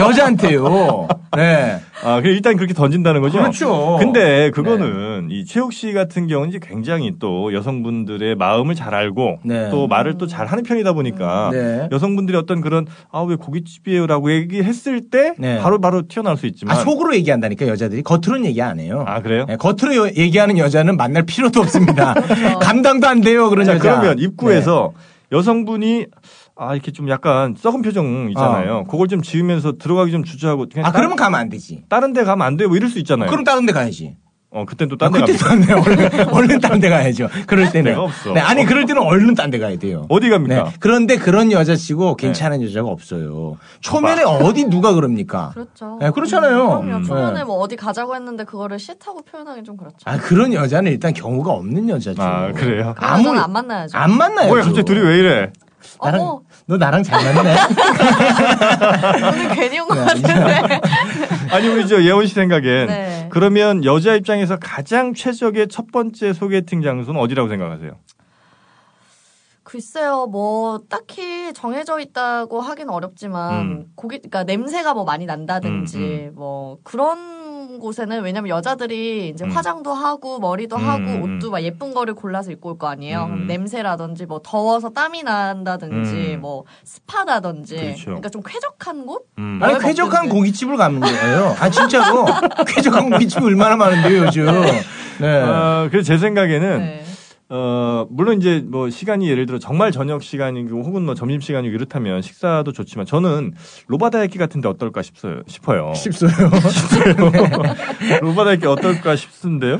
S5: 여자한테요. 네.
S4: 아, 그래 일단 그렇게 던진다는 거죠.
S5: 그렇죠.
S4: 근데 그거는 이 최욱 씨 같은 경우는 이제 굉장히 또 여성분들의 마음을 잘 알고
S5: 네.
S4: 또 말을 또 잘 하는 편이다 보니까
S5: 네.
S4: 여성분들이 어떤 그런 아 왜 고깃집이에요라고 얘기했을 때
S5: 네.
S4: 바로 바로 튀어나올 수
S5: 아
S4: 있지만
S5: 속으로 얘기한다니까 여자들이 겉으로는 얘기 안 해요.
S4: 아, 그래요?
S5: 네, 겉으로 여- 얘기하는 여자는 만날
S7: [laughs]
S5: 필요도 없습니다.
S7: 그렇죠.
S5: 감당도 안 돼요 그런
S4: 자,
S5: 여자.
S4: 그러면 입구에서 여성분이 아 이렇게 좀 약간 썩은 표정 있잖아요. 그걸 좀 지으면서 들어가기 좀 주저하고
S5: 네.
S4: 그냥
S5: 아
S4: 따-
S5: 그러면 가면 안 되지.
S4: 다른 데 가면 안 돼. 뭐 이럴 수 있잖아요.
S5: 그럼 다른 데 가야지.
S4: 어, 그땐 또
S5: 아,
S4: 다른 데
S5: 그때
S4: 갑니다.
S5: 다른 데 얼른 얼른 다른 데 가야죠. 그럴 때는.
S4: 데가 없어.
S5: 네, 아니 그럴 때는 얼른 다른 데 가야 돼요. 네.
S4: 어디 갑니까? 네.
S5: 그런데 그런 여자치고 괜찮은 여자가 없어요. 초면에 어디 누가 그럽니까?
S7: 그렇죠.
S5: 네, 그렇잖아요.
S7: 그럼요.
S5: 음.
S7: 초면에
S5: 네.
S7: 뭐 어디 가자고 했는데 그거를 싫다고 표현하기 좀 그렇죠.
S5: 아 그런 여자는 일단 경우가 없는 여자죠.
S4: 아, 그래요?
S7: 그런
S5: 아무
S7: 여자는 안 만나야죠.
S5: 안 만나요.
S4: 뭐야 갑자기 둘이 왜 이래?
S5: 나랑
S7: 어머.
S5: 너 나랑 잘 맞네.
S7: 오늘 [laughs] 괜히 온 것
S5: 네,
S7: 같은데.
S4: 아니 우리 저 예원 씨 생각엔
S7: 네.
S4: 그러면 여자 입장에서 가장 최적의 첫 번째 소개팅 장소는 어디라고 생각하세요?
S7: 글쎄요, 뭐 딱히 정해져 있다고 하긴 어렵지만
S4: 음.
S7: 고기, 그러니까 냄새가 뭐 많이 난다든지
S5: 음,
S7: 뭐 그런 곳에는 왜냐면 여자들이 이제
S4: 음.
S7: 화장도 하고 머리도
S4: 음,
S7: 하고
S4: 음,
S7: 옷도 막 예쁜 거를 골라서 입고 올 거 아니에요. 그럼
S4: 음.
S7: 냄새라든지 뭐 더워서 땀이 난다든지
S4: 음.
S7: 뭐 습하다든지
S4: 그렇죠.
S7: 그러니까좀 쾌적한 곳?
S4: 음.
S5: 아니 쾌적한 고깃집을 가는 거예요.
S4: [laughs]
S5: 아 진짜로 쾌적한 고깃집이 얼마나 많은데요 요즘. 네.
S4: 어, 그래서 제 생각에는
S7: 네.
S4: 어, 물론 이제 뭐 시간이 예를 들어 정말 저녁 시간이고 혹은 뭐 점심 시간이고 이렇다면 식사도 좋지만 저는 로바다야끼 같은데 어떨까 싶어요.
S7: [laughs]
S4: 싶어요.
S5: 쉽어요.
S4: 로바다야끼 어떨까 싶은데요?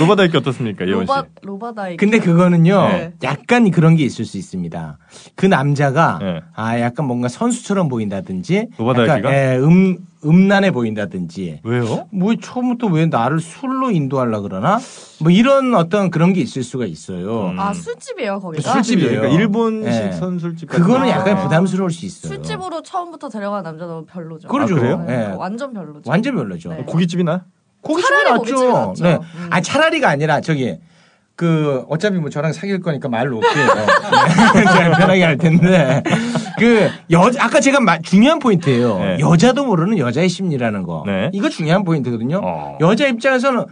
S4: 로바다야끼 어떻습니까, 예원 씨?
S7: 네. 로바 로바다이.
S5: 근데 그거는요
S7: 네.
S5: 약간 그런 게 있을 수 있습니다. 그 남자가
S4: 네.
S5: 아 약간 뭔가 선수처럼 보인다든지
S4: 노바다이키가?
S5: 약간, 예, 음 음란해 보인다든지
S4: 왜요?
S5: 뭐 처음부터 왜 나를 술로 인도하려 그러나 뭐 이런 어떤 그런 게 있을 수가 있어요.
S4: 음.
S7: 아 술집이에요 거기가.
S5: 술집. 술집이에요.
S4: 그러니까 일본식
S5: 네.
S4: 선술집 같은
S5: 그거는
S4: 거.
S5: 약간
S7: 아.
S5: 부담스러울 수 있어요.
S7: 술집으로 처음부터 데려간 남자 너무 별로죠.
S5: 그러죠.
S4: 아, 그래요?
S7: 네,
S5: 예.
S7: 완전 별로죠.
S5: 완전 별로죠.
S7: 네.
S4: 고깃집이나
S5: 고깃집이
S7: 차라리
S5: 낫죠.
S7: 고깃집이 낫죠.
S5: 네.
S7: 음.
S5: 아 차라리가 아니라 저기 그 어차피 뭐 저랑 사귈 거니까 말 놓게
S4: [laughs]
S5: 제가 네. 편하게 할 텐데 그여 아까 제가 마- 중요한 포인트예요.
S4: 네.
S5: 여자도 모르는 여자의 심리라는 거.
S4: 네.
S5: 이거 중요한 포인트거든요.
S4: 어.
S5: 여자 입장에서는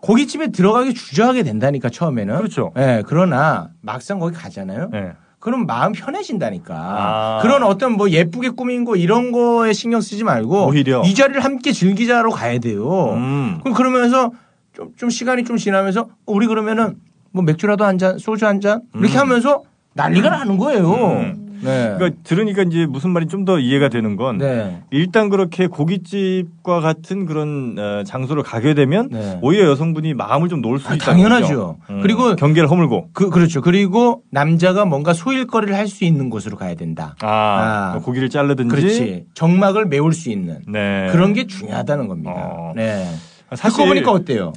S5: 고깃집에 들어가기 주저하게 된다니까 처음에는.
S4: 그렇죠.
S5: 예. 그러나 막상 거기 가잖아요.
S4: 네.
S5: 그럼 마음 편해진다니까.
S4: 아.
S5: 그런 어떤 뭐 예쁘게 꾸민 거 이런 거에 신경 쓰지 말고
S4: 오히려.
S5: 이 자리를 함께 즐기자로 가야 돼요.
S4: 음.
S5: 그럼 그러면서 좀, 좀 시간이 좀 지나면서 어, 우리 그러면은 뭐 맥주라도 한 잔, 소주 한 잔 이렇게
S4: 음.
S5: 하면서 난리가 나는 거예요.
S4: 음.
S5: 네.
S4: 그러니까 들으니까 이제 무슨 말인지 좀 더 이해가 되는 건
S5: 네.
S4: 일단 그렇게 고깃집과 같은 그런 어, 장소를 가게 되면
S5: 네.
S4: 오히려 여성분이 마음을 좀 놓을 수
S5: 아,
S4: 있다.
S5: 당연하죠. 그리고-
S4: 경계를 허물고
S5: 그, 그렇죠. 그리고 남자가 뭔가 소일거리를 할 수 있는 곳으로 가야 된다.
S4: 아,
S5: 아.
S4: 고기를 자르든지
S5: 그렇지. 정막을 메울 수 있는
S4: 네.
S5: 그런 게 중요하다는 겁니다.
S4: 어.
S5: 네.
S4: 사실-
S5: 듣고 보니까 어때요?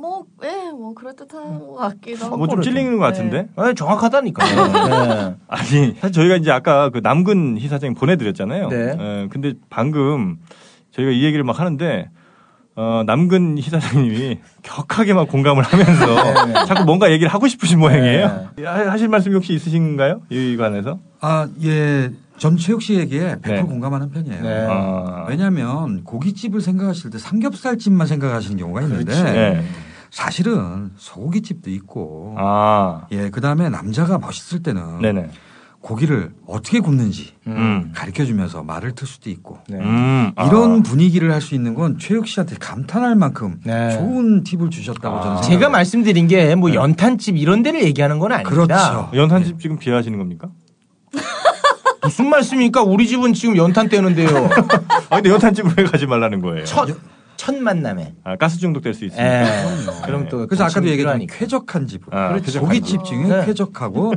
S7: 뭐, 예, 뭐 그럴 듯한
S5: 음.
S7: 것 같기도 하고.
S4: 뭐좀 찔리는 것 같은데.
S5: 네, 정확하다니까요. 네.
S4: 아니 사실 저희가 이제 아까 그 남근 희사장 보내드렸잖아요.
S5: 네.
S4: 어, 근데 방금 저희가 이 얘기를 막 하는데 어, 남근 희사장님이 격하게 막 공감을
S5: [laughs] 네,
S4: 하면서 자꾸 뭔가 얘기를 하고 싶으신 모양이에요. 하- 하실 말씀 이 혹시 있으신가요? 이 관해서?
S8: 아, 예. 전 최욱 씨에게 100%
S4: 네.
S8: 공감하는 편이에요.
S5: 네.
S4: 아.
S8: 왜냐하면 고깃집을 생각하실 때 삼겹살집만 생각하시는 경우가 있는데
S4: 네.
S8: 사실은 소고기집도 있고
S4: 아.
S8: 예, 그다음에 남자가 멋있을 때는
S4: 네네.
S8: 고기를 어떻게 굽는지
S4: 음.
S8: 가르쳐 주면서 말을 틀 수도 있고
S5: 네.
S4: 음, 아.
S8: 이런 분위기를 할 수 있는 건 최혁 씨한테 감탄할 만큼
S5: 네.
S8: 좋은 팁을 주셨다고
S4: 아.
S8: 저는
S5: 아. 제가
S8: 생각합니다.
S5: 말씀드린 게 뭐
S4: 네.
S5: 연탄집 이런 데를 얘기하는 건 아니다.
S8: 그렇죠.
S4: 연산집 지금 비하하시는 겁니까?
S5: 무슨 말씀입니까? 우리 집은 지금
S4: [laughs]
S5: 연탄 떼는데요.
S4: 아 근데 연산집을 왜 가지 말라는 거예요?
S5: 첫, 첫 만남에.
S4: 아, 가스 중독 될 수
S5: 예.
S4: 있습니다.
S5: 그럼 또.
S8: 그래서 아까도
S5: 당신이
S8: 얘기했던
S5: 필요하니까.
S8: 쾌적한 집으로 그렇죠.
S4: 아, 쾌적한
S8: 고깃집 중에
S5: 네. [laughs]
S8: 쾌적하고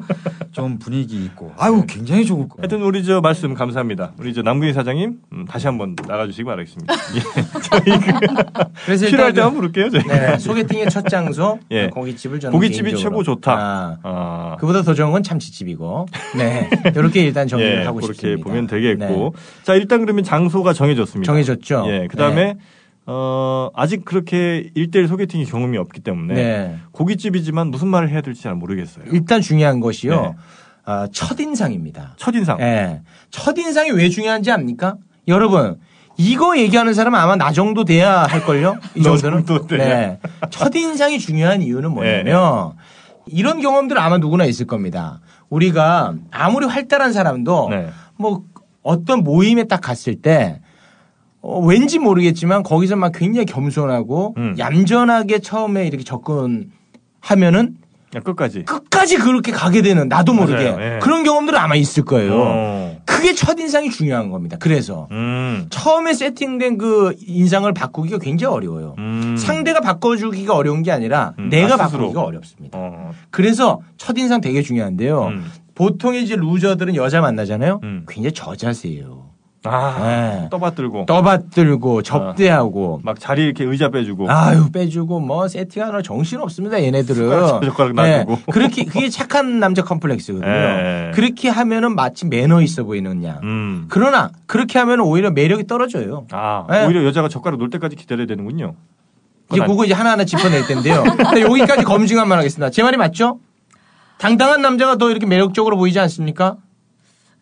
S8: 좀 분위기 있고 아유 굉장히 좋을 것 같아요.
S4: 하여튼 우리 저 말씀 감사합니다. 우리 저 남근희 사장님 음, 다시 한번 나가주시기 바라겠습니다. 예, 저희 그
S5: 그래서
S4: 필요할 때
S5: [laughs] 일단은-
S4: 한번 부를게요. 저희.
S5: 네,
S4: [laughs]
S5: 소개팅의 첫 장소.
S4: 예.
S5: 고깃집을 저는
S4: 고깃집이
S5: 개인적으로.
S4: 최고 좋다.
S5: 아,
S4: 아,
S5: 그보다 더 좋은 건 참치집이고.
S4: [laughs]
S5: 네. 이렇게 일단 정리를
S4: 예,
S5: 하고
S4: 그렇게
S5: 싶습니다.
S4: 보면
S5: 네.
S4: 되겠고. 자 일단 그러면 장소가 정해졌습니다.
S5: 정해졌죠. 네.
S4: 예, 그다음에 어, 아직 그렇게 일대일 소개팅이 경험이 없기 때문에
S5: 네.
S4: 고깃집이지만 무슨 말을 해야 될지 잘 모르겠어요.
S5: 일단 중요한 것이요.
S4: 네.
S5: 아, 첫인상입니다.
S4: 첫인상.
S5: 예. 첫인상이 왜 중요한지 압니까? 여러분, 이거 얘기하는 사람은 아마 나 정도 돼야
S4: [laughs]
S5: 할걸요? 이
S4: 너
S5: 정도는. 네.
S4: 정도 돼야.
S5: 첫인상이 중요한 이유는 뭐냐면,
S4: 네,
S5: 이런 경험들 아마 누구나 있을 겁니다. 우리가 아무리 활달한 사람도,
S4: 네.
S5: 뭐, 어떤 모임에 딱 갔을 때, 어, 왠지 모르겠지만 거기서 막 굉장히 겸손하고
S4: 음.
S5: 얌전하게 처음에 이렇게 접근하면은
S4: 야, 끝까지.
S5: 끝까지 그렇게 가게 되는 나도 모르게
S4: 맞아요. 예.
S5: 그런 경험들은 아마 있을 거예요.
S4: 어.
S5: 그게 첫인상이 중요한 겁니다. 그래서
S4: 음.
S5: 처음에 세팅된 그 인상을 바꾸기가 굉장히 어려워요.
S4: 음.
S5: 상대가 바꿔주기가 어려운 게 아니라
S4: 음,
S5: 내가
S4: 아, 스스로.
S5: 바꾸기가 어렵습니다.
S4: 어.
S5: 그래서 첫인상 되게 중요한데요.
S4: 음.
S5: 보통 이제 루저들은 여자 만나잖아요.
S4: 음.
S5: 굉장히 저자세요.
S4: 아,
S5: 네.
S4: 떠받들고.
S5: 떠받들고 접대하고
S4: 막 자리 이렇게 의자 빼주고.
S5: 아유 빼주고 뭐 세팅하느라 정신
S4: [laughs]
S5: 없습니다 얘네들은
S4: 숟가락, 젓가락 놔두고.
S5: 그렇게 그게 착한 남자
S4: [laughs]
S5: 컴플렉스거든요
S4: 예.
S5: 그렇게 하면은 마치 매너 있어 보이는 양
S4: 음.
S5: 그러나 그렇게 하면 은 오히려 매력이 떨어져요
S4: 아,
S5: 네.
S4: 오히려 여자가 젓가락 놓을 때까지 기다려야 되는군요.
S5: 이제
S4: 그건
S5: 그거 이제 하나하나
S4: [laughs]
S5: 짚어낼 텐데요 근데 여기까지 검증한만 하겠습니다 제 말이 맞죠 당당한 남자가 더 이렇게 매력적으로 보이지 않습니까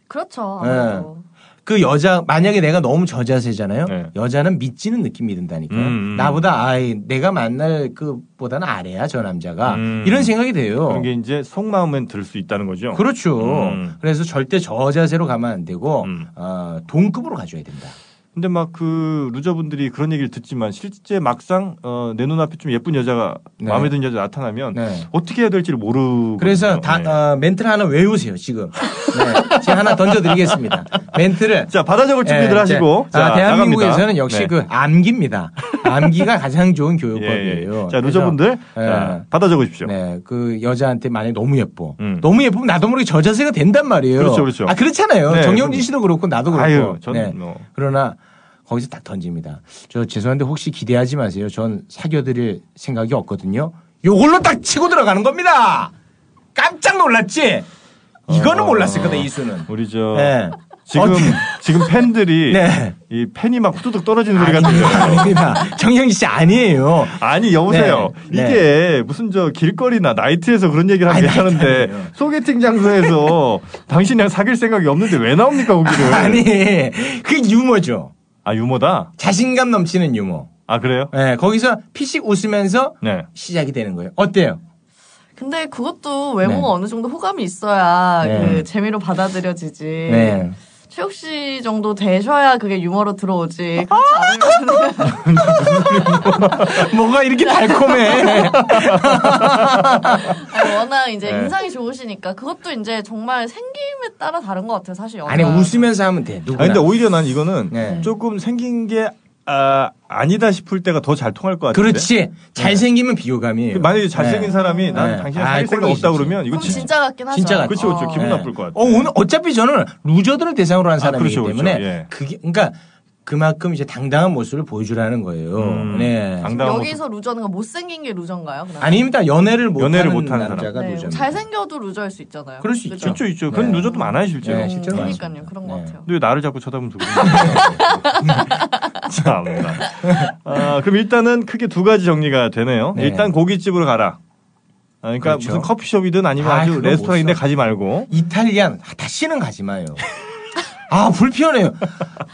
S7: 그렇죠.
S5: 예.
S7: 아무래도.
S5: 그 여자 만약에 내가 너무 저자세잖아요.
S4: 네.
S5: 여자는 믿지는 느낌이 든다니까요.
S4: 음, 음.
S5: 나보다 아이 내가 만날 그보다는 아래야 저 남자가
S4: 음.
S5: 이런 생각이 돼요.
S4: 그런 게 이제 속마음은 들 수 있다는 거죠.
S5: 어. 그렇죠.
S4: 음.
S5: 그래서 절대 저자세로 가면 안 되고
S4: 음.
S5: 어, 동급으로 가줘야 된다.
S4: 근데 막 그 루저분들이 그런 얘기를 듣지만 실제 막상 어, 내 눈앞에 좀 예쁜 여자가
S5: 네.
S4: 마음에 드는 여자 가 나타나면
S5: 네.
S4: 어떻게 해야 될지를 네. 모르고
S5: 그래서 다, 어, 멘트를 하나 외우세요 지금. 네. 제가 하나 던져드리겠습니다. 멘트를
S4: 자, 받아 적을 준비들
S5: 예,
S4: 하시고
S5: 제- 아,
S4: 자,
S5: 대한민국에서는
S4: 나갑니다.
S5: 역시
S4: 네.
S5: 그 암기입니다. 암기가 가장 좋은
S4: [laughs] 예,
S5: 교육법이에요.
S4: 예. 자,
S5: 그래서,
S4: 루저분들 자,
S5: 예.
S4: 받아 적으십시오.
S5: 네, 그 여자한테 만약에 너무 예뻐.
S4: 그렇죠. 음.
S5: 너무 예쁘면 나도 모르게 저자세가 된단 말이에요.
S4: 그렇죠, 그렇죠.
S5: 아, 그렇잖아요.
S4: 네,
S5: 정영진
S4: 그럼-
S5: 씨도 그렇고 나도 그렇고.
S4: 아유, 저는
S5: 네.
S4: 뭐
S5: 그러나 거기서 딱 던집니다. 저 죄송한데 혹시 기대하지 마세요. 전 사귀어드릴 생각이 없거든요. 요걸로 딱 치고 들어가는 겁니다. 깜짝 놀랐지? 이거는
S4: 어.
S5: 몰랐을 거다, 이수는.
S4: 우리 저
S5: 네.
S4: 지금
S5: 어떻게-
S4: 지금 팬들이
S5: [laughs] 네.
S4: 이 팬이 막 후두둑 떨어지는 소리 같은데
S5: 아닙니다. 정영진 씨 아니에요.
S4: 아니 여보세요
S5: 네,
S4: 이게 무슨 저 길거리나 나이트에서 그런 얘기를 하면 괜찮은데 소개팅 장소에서
S5: [laughs]
S4: 당신이랑 사귈 생각이 없는데 왜 나옵니까 거기를
S5: 아니, 그게 유머죠.
S4: 아 유머다
S5: 자신감 넘치는 유머.
S4: 아 그래요
S5: 네, 거기서 피식 웃으면서
S4: 네
S5: 시작이 되는 거예요. 어때요?
S7: 근데 그것도 외모가
S5: 네.
S7: 어느 정도 호감이 있어야
S5: 네.
S7: 그 재미로 받아들여지지. 최욱 씨 정도 되셔야 그게 유머로 들어오지.
S5: 아,
S7: 그렇지 않으면
S5: 뭐가 아, 이렇게 달콤해.
S7: [laughs] 아니, 워낙 이제
S4: 네.
S7: 인상이 좋으시니까 그것도 이제 정말 생김에 따라 다른 것 같아요. 사실
S5: 아니,
S7: 연애는.
S5: 웃으면서 하면 돼. 누구나.
S4: 아 근데 오히려 난 이거는
S5: 네.
S4: 조금 생긴 게 아, 아니다 싶을 때가 더 잘 통할 것 같은데 그
S5: 그렇지. 잘생기면 비호감이에요.
S4: 만약에 잘생긴
S5: 네.
S4: 사람이 난
S5: 네.
S4: 당신
S5: 아이,
S4: 사귈 생각
S5: 꼴보기
S4: 없다
S5: 싫지.
S4: 그러면 이거
S7: 그럼
S4: 진-
S7: 진짜 같긴 하죠.
S5: 진짜 같아.
S4: 그렇죠, 그렇죠. 기분
S5: 네.
S4: 나쁠 것 같아.
S5: 어, 오늘 어차피 저는 루저들을 대상으로 한
S4: 아,
S5: 사람이기
S4: 그렇죠, 그렇죠.
S5: 때문에
S4: 예.
S5: 그게 그러니까 그만큼 이제 당당한 모습을 보여주라는 거예요.
S4: 음,
S5: 네.
S4: 당당한
S7: 여기서 루저는 못생긴 게 루저인가요? 그럼?
S5: 아닙니다. 연애를 못하는
S4: 연애를 못하는
S5: 남자가
S7: 네,
S5: 루저.
S7: 잘생겨도 루저일 수 있잖아요.
S5: 그럴 수
S7: 그죠?
S5: 있죠.
S4: 있죠 있죠 그런
S5: 네.
S4: 누저도 많아요 실제로
S5: 네, 실제로
S7: 음,
S5: 많습니다.
S7: 그러니까요. 그런 것
S5: 네.
S7: 같아요.
S4: 근데 왜 나를 자꾸 쳐다보면 누구 [laughs] 참나. 아, 그럼 일단은 크게 두 가지 정리가 되네요.
S5: 네.
S4: 일단 고깃집으로 가라. 아, 그러니까
S5: 그렇죠.
S4: 무슨 커피숍이든 아니면
S5: 아,
S4: 아, 주
S5: 그건 못
S4: 레스토랑인데
S5: 써.
S4: 가지 말고.
S5: 이탈리안 다시는 가지 마요. 아 불편해요.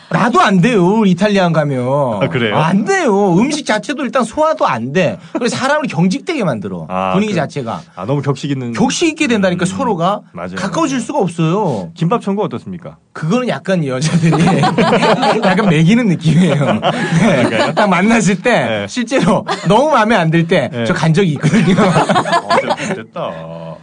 S5: 나도 안 돼요 이탈리안 가면.
S4: 아, 그래요?
S5: 안 돼요. 음식 자체도 일단 소화도 안 돼. 그래서 사람을 경직되게 만들어
S4: 아,
S5: 분위기
S4: 그-
S5: 자체가.
S4: 아 너무 격식 있는
S5: 격식 있게 된다니까 서로가
S4: 맞아요.
S5: 가까워질 수가 없어요.
S4: 김밥 천국
S5: [laughs]
S4: 어떻습니까?
S5: 그거는 약간 여자들이 [laughs] 약간 매기는 느낌이에요. 네. 딱 만났을 때 실제로 너무 마음에 안 들 때
S4: 네.
S5: 저 간 적이 있거든요. 아, 네,
S4: 됐다.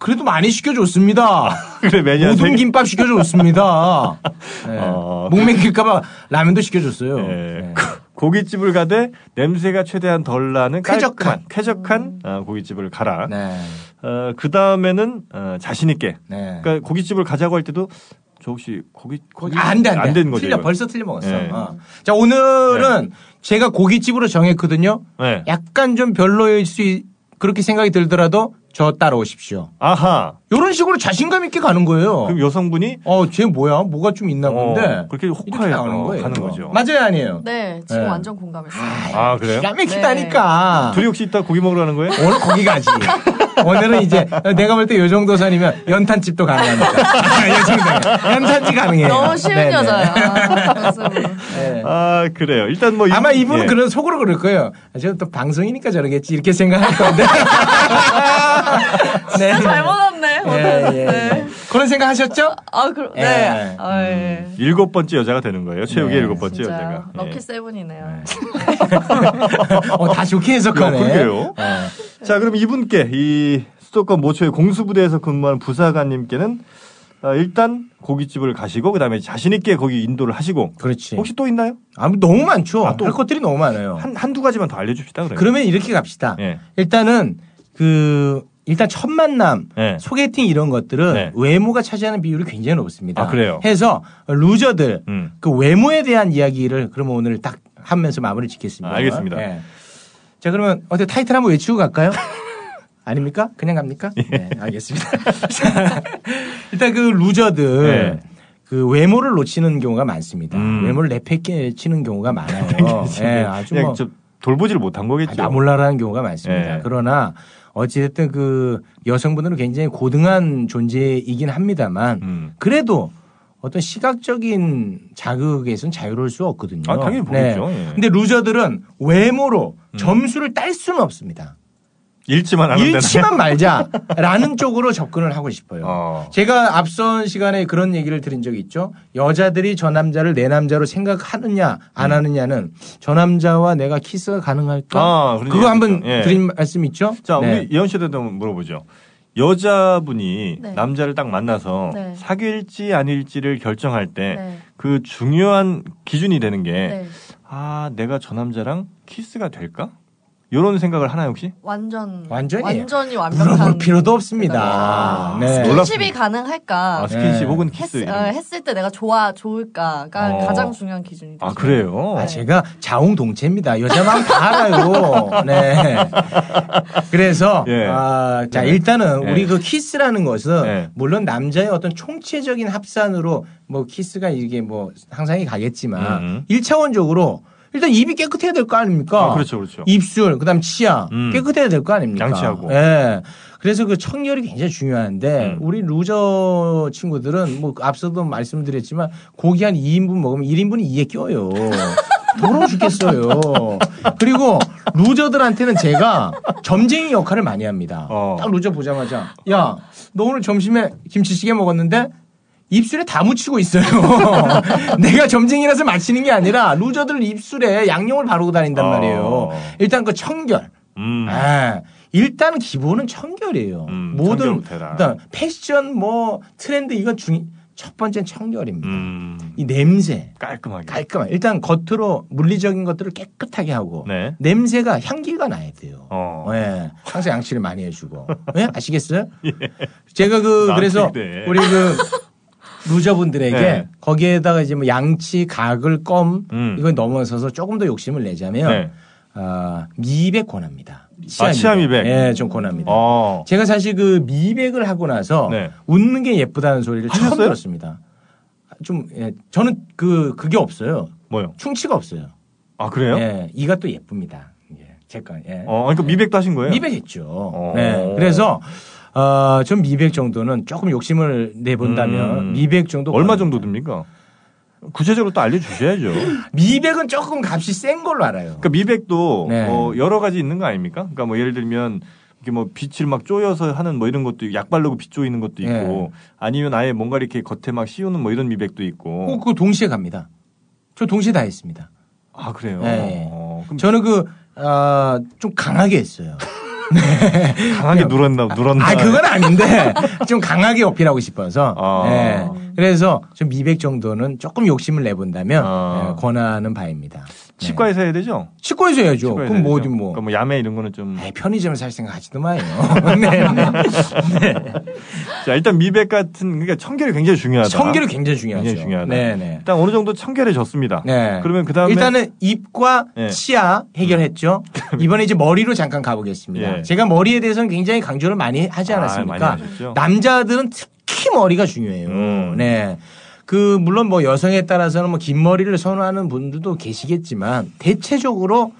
S5: 그래도 많이 시켜줬습니다.
S4: 그래 매니아
S5: 모든 김밥
S4: [laughs]
S5: 시켜줬습니다. 네.
S4: 어. 예. 그
S5: 목 맥힐까봐 라면도 시켜줬어요. 네.
S4: 고깃집을 가되 냄새가 최대한 덜 나는
S5: 쾌적한. 음.
S4: 깔끔한, 쾌적한 어, 고깃집을 가라.
S5: 네.
S4: 그 다음에는 자신 있게.
S5: 네.
S4: 그러니까 고깃집을 가자고 할 때도 저 혹시 고기 고기
S5: 아, 안 돼, 안 돼.
S4: 안 되는 거죠? 예.
S5: 틀려,
S4: 이거?
S5: 벌써 틀려 먹었어.
S4: 네.
S5: 어. 자, 오늘은 제가 고깃집으로 정했거든요.
S4: 네.
S5: 약간 좀 별로일 수, 있- 그렇게 생각이 들더라도 저 따라오십시오.
S4: 아하.
S5: 이런 식으로 자신감 있게 가는 거예요.
S4: 그럼 여성분이
S5: 어, 쟤 뭐야? 뭐가 좀 있나
S4: 어,
S5: 본데.
S4: 그렇게
S5: 이렇게
S4: 혹화해서
S5: 나오는 거예요.
S4: 가는 거죠.
S5: 맞아요, 아니에요?
S7: 네, 지금
S5: 네.
S7: 완전 공감했어요.
S4: 아 그래요?
S5: 기가 막히다니까.
S4: 둘이 혹시 이따 고기 먹으러 가는 거예요?
S5: 오늘 거기 가지. 오늘은 이제 내가 볼 때 요 정도 선이면 연탄집도 가능합니다. [laughs] 요 정도. 연탄집 가능해요.
S7: 아, 너무 쉬운
S5: 예. 네네. [laughs]
S7: 여자야. 아, 그래서
S5: 네.
S4: 아 그래요. 일단 뭐
S5: 아마
S4: 이-
S5: 이분은
S4: 예.
S5: 그런 속으로 그럴 거예요. 아, 저는 또 방송이니까 저러겠지 이렇게 생각할 건데. 네.
S7: 진짜 아, 잘못 [laughs] 왔네.
S5: 예,
S7: 오늘.
S5: 예,
S7: 네.
S5: 예. 그런 생각 하셨죠?
S7: 아, 그럼 네.
S5: 예.
S7: 아, 예.
S4: 일곱 번째 여자가 되는 거예요. 최욱의
S5: 네,
S4: 일곱 번째
S7: 진짜
S4: 여자가. 예.
S7: 럭키 세븐이네요.
S5: 어, 다 좋게 해석하네.
S4: 야, 아, 그러게요. 자, 그럼 이분께 이 수도권 모초의 공수부대에서 근무하는 부사관님께는 어, 일단 고깃집을 가시고 그다음에 자신 있게 거기 인도를 하시고
S5: 그렇지.
S4: 혹시 또 있나요?
S5: 아, 너무 많죠. 할 것들이 너무 많아요.
S4: 한 한두 가지만 더 알려 줍시다. 그러면.
S5: 그러면 이렇게 갑시다.
S4: 예.
S5: 일단은 그 일단 첫 만남,
S4: 예.
S5: 소개팅 이런 것들은
S4: 네.
S5: 외모가 차지하는 비율이 굉장히 높습니다.
S4: 아, 그래요?
S5: 해서 루저들
S4: 음.
S5: 그 외모에 대한 이야기를 그러면 오늘 딱 하면서 마무리 짓겠습니다.
S4: 아, 알겠습니다.
S5: 예. 자 그러면 어때 타이틀 한번
S4: [laughs]
S5: 외치고 갈까요? 아닙니까? 그냥 갑니까?
S4: 예.
S5: 네, 알겠습니다. [laughs] 자, 일단 그 루저들
S4: 네.
S5: 그 외모를 놓치는 경우가 많습니다.
S4: 음.
S5: 외모를 내팽개치는 경우가 많아요. 예, 아주
S4: 그냥
S5: 뭐
S4: 좀 돌보지를 못한 거겠죠.
S5: 아, 나 몰라라는 경우가 많습니다.
S4: 예.
S5: 그러나 어찌됐든 그 여성분들은 굉장히 고등한 존재이긴 합니다만
S4: 음.
S5: 그래도 어떤 시각적인 자극에선 자유로울 수 없거든요. 네.
S4: 아, 당연히 보겠죠. 예. 음.
S5: 근데 루저들은 외모로 점수를 딸 수는 없습니다.
S4: 잃지만 않으면
S5: 잃지만 말자라는 [laughs] 쪽으로 접근을 하고 싶어요.
S4: [laughs] 어.
S5: 제가 앞선 시간에 그런 얘기를 드린 적이 있죠. 여자들이 저 남자를 내 남자로 생각하느냐 안
S4: 음.
S5: 하느냐는 저 남자와 내가 키스가 가능할까?
S4: 아, 그런
S5: 그거
S4: 얘기죠.
S5: 한번
S4: 예.
S5: 드린 말씀 있죠.
S4: 자,
S5: 네.
S4: 우리 예원 씨한테 한번 물어보죠. 여자분이
S7: 네.
S4: 남자를 딱 만나서
S7: 네.
S4: 사귈지 아닐지를 결정할 때 그
S7: 네.
S4: 중요한 기준이 되는 게
S7: 네.
S4: 아, 내가 저 남자랑 키스가 될까? 요런 생각을 하나요, 혹시?
S7: 완전
S5: 완전히
S7: 완전히
S5: 물어볼
S7: 완벽한
S5: 필요도 없습니다.
S4: 아,
S5: 네.
S4: 놀랍-
S7: 스킨십이 가능할까?
S4: 아, 스킨십
S5: 네.
S4: 혹은
S7: 했,
S4: 키스. 이런 거.
S7: 을때 내가 좋아 좋을까가
S4: 어.
S7: 가장 중요한 기준이죠.
S4: 아, 그래요?
S5: 아, 제가 자웅동체입니다. 여자 마음 다
S4: [laughs]
S5: 알아요. 네. 그래서
S4: 예.
S5: 아, 자 일단은
S4: 예.
S5: 우리 그 키스라는 것은
S4: 예.
S5: 물론 남자의 어떤 총체적인 합산으로 뭐 키스가 이게 뭐 상상이
S4: 음.
S5: 가겠지만 일차원적으로 일단 입이 깨끗해야 될 거 아닙니까?
S4: 아, 그렇죠, 그렇죠.
S5: 입술, 그다음 치아
S4: 음.
S5: 깨끗해야 될 거 아닙니까?
S4: 양치하고.
S5: 예. 그래서 그 청결이 굉장히 중요한데
S4: 음.
S5: 우리 루저 친구들은 뭐 앞서도 말씀드렸지만 고기 한 2인분 먹으면 1인분이 이에 껴요. 더러워 죽겠어요. 그리고 루저들한테는 제가 점쟁이 역할을 많이 합니다.
S4: 어.
S5: 딱 루저 보자마자 야, 너 오늘 점심에 김치찌개 먹었는데 입술에 다 묻히고 있어요. [laughs] 내가 점쟁이라서 맞히는 게 아니라 루저들 입술에 양념을 바르고 다닌단
S4: 어.
S5: 말이에요. 일단 그 청결.
S4: 음.
S5: 아, 일단 기본은 청결이에요.
S4: 음,
S5: 모든
S4: 청결부터 해라.
S5: 일단 패션 뭐 트렌드 이건 중 첫 번째는 청결입니다.
S4: 음.
S5: 이 냄새
S4: 깔끔하게.
S5: 깔끔한 일단 겉으로 물리적인 것들을 깨끗하게 하고
S4: 네.
S5: 냄새가 향기가 나야 돼요.
S4: 어.
S5: 예. 항상 양치를 많이 해주고.
S4: [laughs]
S5: 예? 아시겠어요? 제가 그,
S4: 나한테
S5: 그래서
S4: 그래.
S5: 우리 그, 루저분들에게
S4: 네.
S5: 거기에다가 이제 뭐 양치, 가글, 껌
S4: 음.
S5: 이걸 넘어서서 조금 더 욕심을 내자면
S4: 네.
S5: 아, 미백 권합니다.
S4: 아, 치아 미백.
S5: 예, 좀 권합니다.
S4: 어.
S5: 제가 사실 그 미백을 하고 나서
S4: 네.
S5: 웃는 게 예쁘다는 소리를 처음
S4: 하셨어요?
S5: 들었습니다. 좀 예, 저는 그 그게 없어요.
S4: 뭐요?
S5: 충치가 없어요.
S4: 아, 그래요?
S5: 예, 이가 또 예쁩니다. 예, 제건 예.
S4: 어, 그러니까 미백도 하신 거예요?
S5: 미백했죠.
S4: 어.
S5: 네. 그래서 어, 좀 미백 정도는 조금 욕심을 내본다면
S4: 음.
S5: 미백 정도
S4: 얼마
S5: 권합니다.
S4: 정도 듭니까? 구체적으로 또 알려주셔야죠.
S5: 미백은 조금 값이 센 걸로 알아요.
S4: 그러니까 미백도
S5: 네.
S4: 어, 여러 가지 있는 거 아닙니까? 그러니까 뭐 예를 들면 이렇게 뭐 빛을 막 쪼여서 하는 뭐 이런 것도 있고, 약 바르고 빛 쪼이는 것도 있고
S5: 네.
S4: 아니면 아예 뭔가 이렇게 겉에 막 씌우는 뭐 이런 미백도 있고.
S5: 꼭 그거 동시에 갑니다. 저 동시에 다 했습니다.
S4: 아 그래요.
S5: 네.
S4: 어, 그럼
S5: 저는 그, 아, 좀 강하게 했어요.
S4: 강하게 누렀나 누렀나.
S5: 아, 그건 아닌데, [laughs] 좀 강하게 어필하고 싶어서.
S4: 아.
S5: 예. 그래서 좀 200 정도는 조금 욕심을 내본다면
S4: 아.
S5: 예, 권하는 바입니다. 네.
S4: 치과에서 해야 되죠.
S5: 치과에서 해야죠.
S4: 치과에서
S5: 그럼 뭐
S4: 해야죠?
S5: 어디 뭐.
S4: 그러니까 뭐 야매 이런 거는 좀.
S5: 에이, 네, 편의점에 살 생각 하지도 마요. [laughs] 네, 네.
S4: 자 일단 미백 같은 그러니까 청결이 굉장히 중요하다.
S5: 청결이 굉장히 중요하죠.
S4: 굉장히 중요하다.
S5: 네, 네.
S4: 일단 어느 정도 청결해졌습니다.
S5: 네.
S4: 그러면 그 다음에
S5: 일단은 입과
S4: 예.
S5: 치아 해결했죠. 이번에 이제 머리로 잠깐 가보겠습니다.
S4: 예.
S5: 제가 머리에 대해서는 굉장히 강조를 많이 하지
S4: 아,
S5: 않았습니까?
S4: 많이 하셨죠.
S5: 남자들은 특히 머리가 중요해요.
S4: 음.
S5: 네. 그 물론 뭐 여성에 따라서는 뭐 긴 머리를 선호하는 분들도 계시겠지만 대체적으로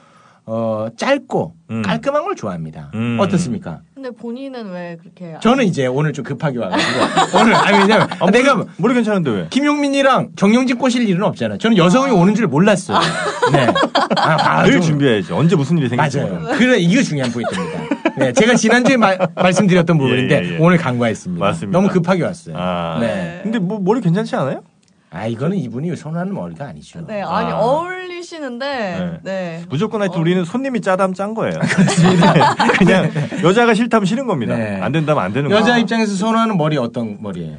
S5: 어 짧고
S4: 음.
S5: 깔끔한 걸 좋아합니다.
S4: 음.
S5: 어떻습니까?
S7: 근데 본인은 왜 그렇게 안-
S5: 저는 이제 오늘 좀
S4: [laughs]
S5: 급하게 와가지고 오늘 아니 왜냐면
S4: 아,
S5: 내가
S4: 머리, 머리 괜찮은데 왜?
S5: 김용민이랑 정영진 꼬실 일은 없잖아요. 저는 여성이 오는 줄 몰랐어요.
S4: [laughs]
S5: 네. 아, 아,
S4: 늘
S5: 좀-
S4: 준비해야지. 언제 무슨 일이 생길지
S5: 맞아요.
S4: 몰라.
S5: 그래, 이게 중요한 포인트입니다. 네. 제가 지난주에 마- 말씀드렸던 부분인데
S4: 예, 예, 예.
S5: 오늘 강과했습니다.
S4: 맞습니다.
S5: 너무 급하게 왔어요.
S4: 아.
S5: 네.
S4: 근데 뭐 머리 괜찮지 않아요?
S5: 아, 이거는 이분이 선호하는 머리가 아니죠.
S7: 네, 아니
S4: 아.
S7: 어울리시는데 네.
S4: 무조건 하여튼 우리는 손님이 짜다면 짠 거예요. 네. [laughs] 그냥 여자가 싫다면 싫은 겁니다.
S5: 네.
S4: 안 된다면 안 되는 거예요.
S5: 여자 입장에서 선호하는 머리 어떤 머리예요?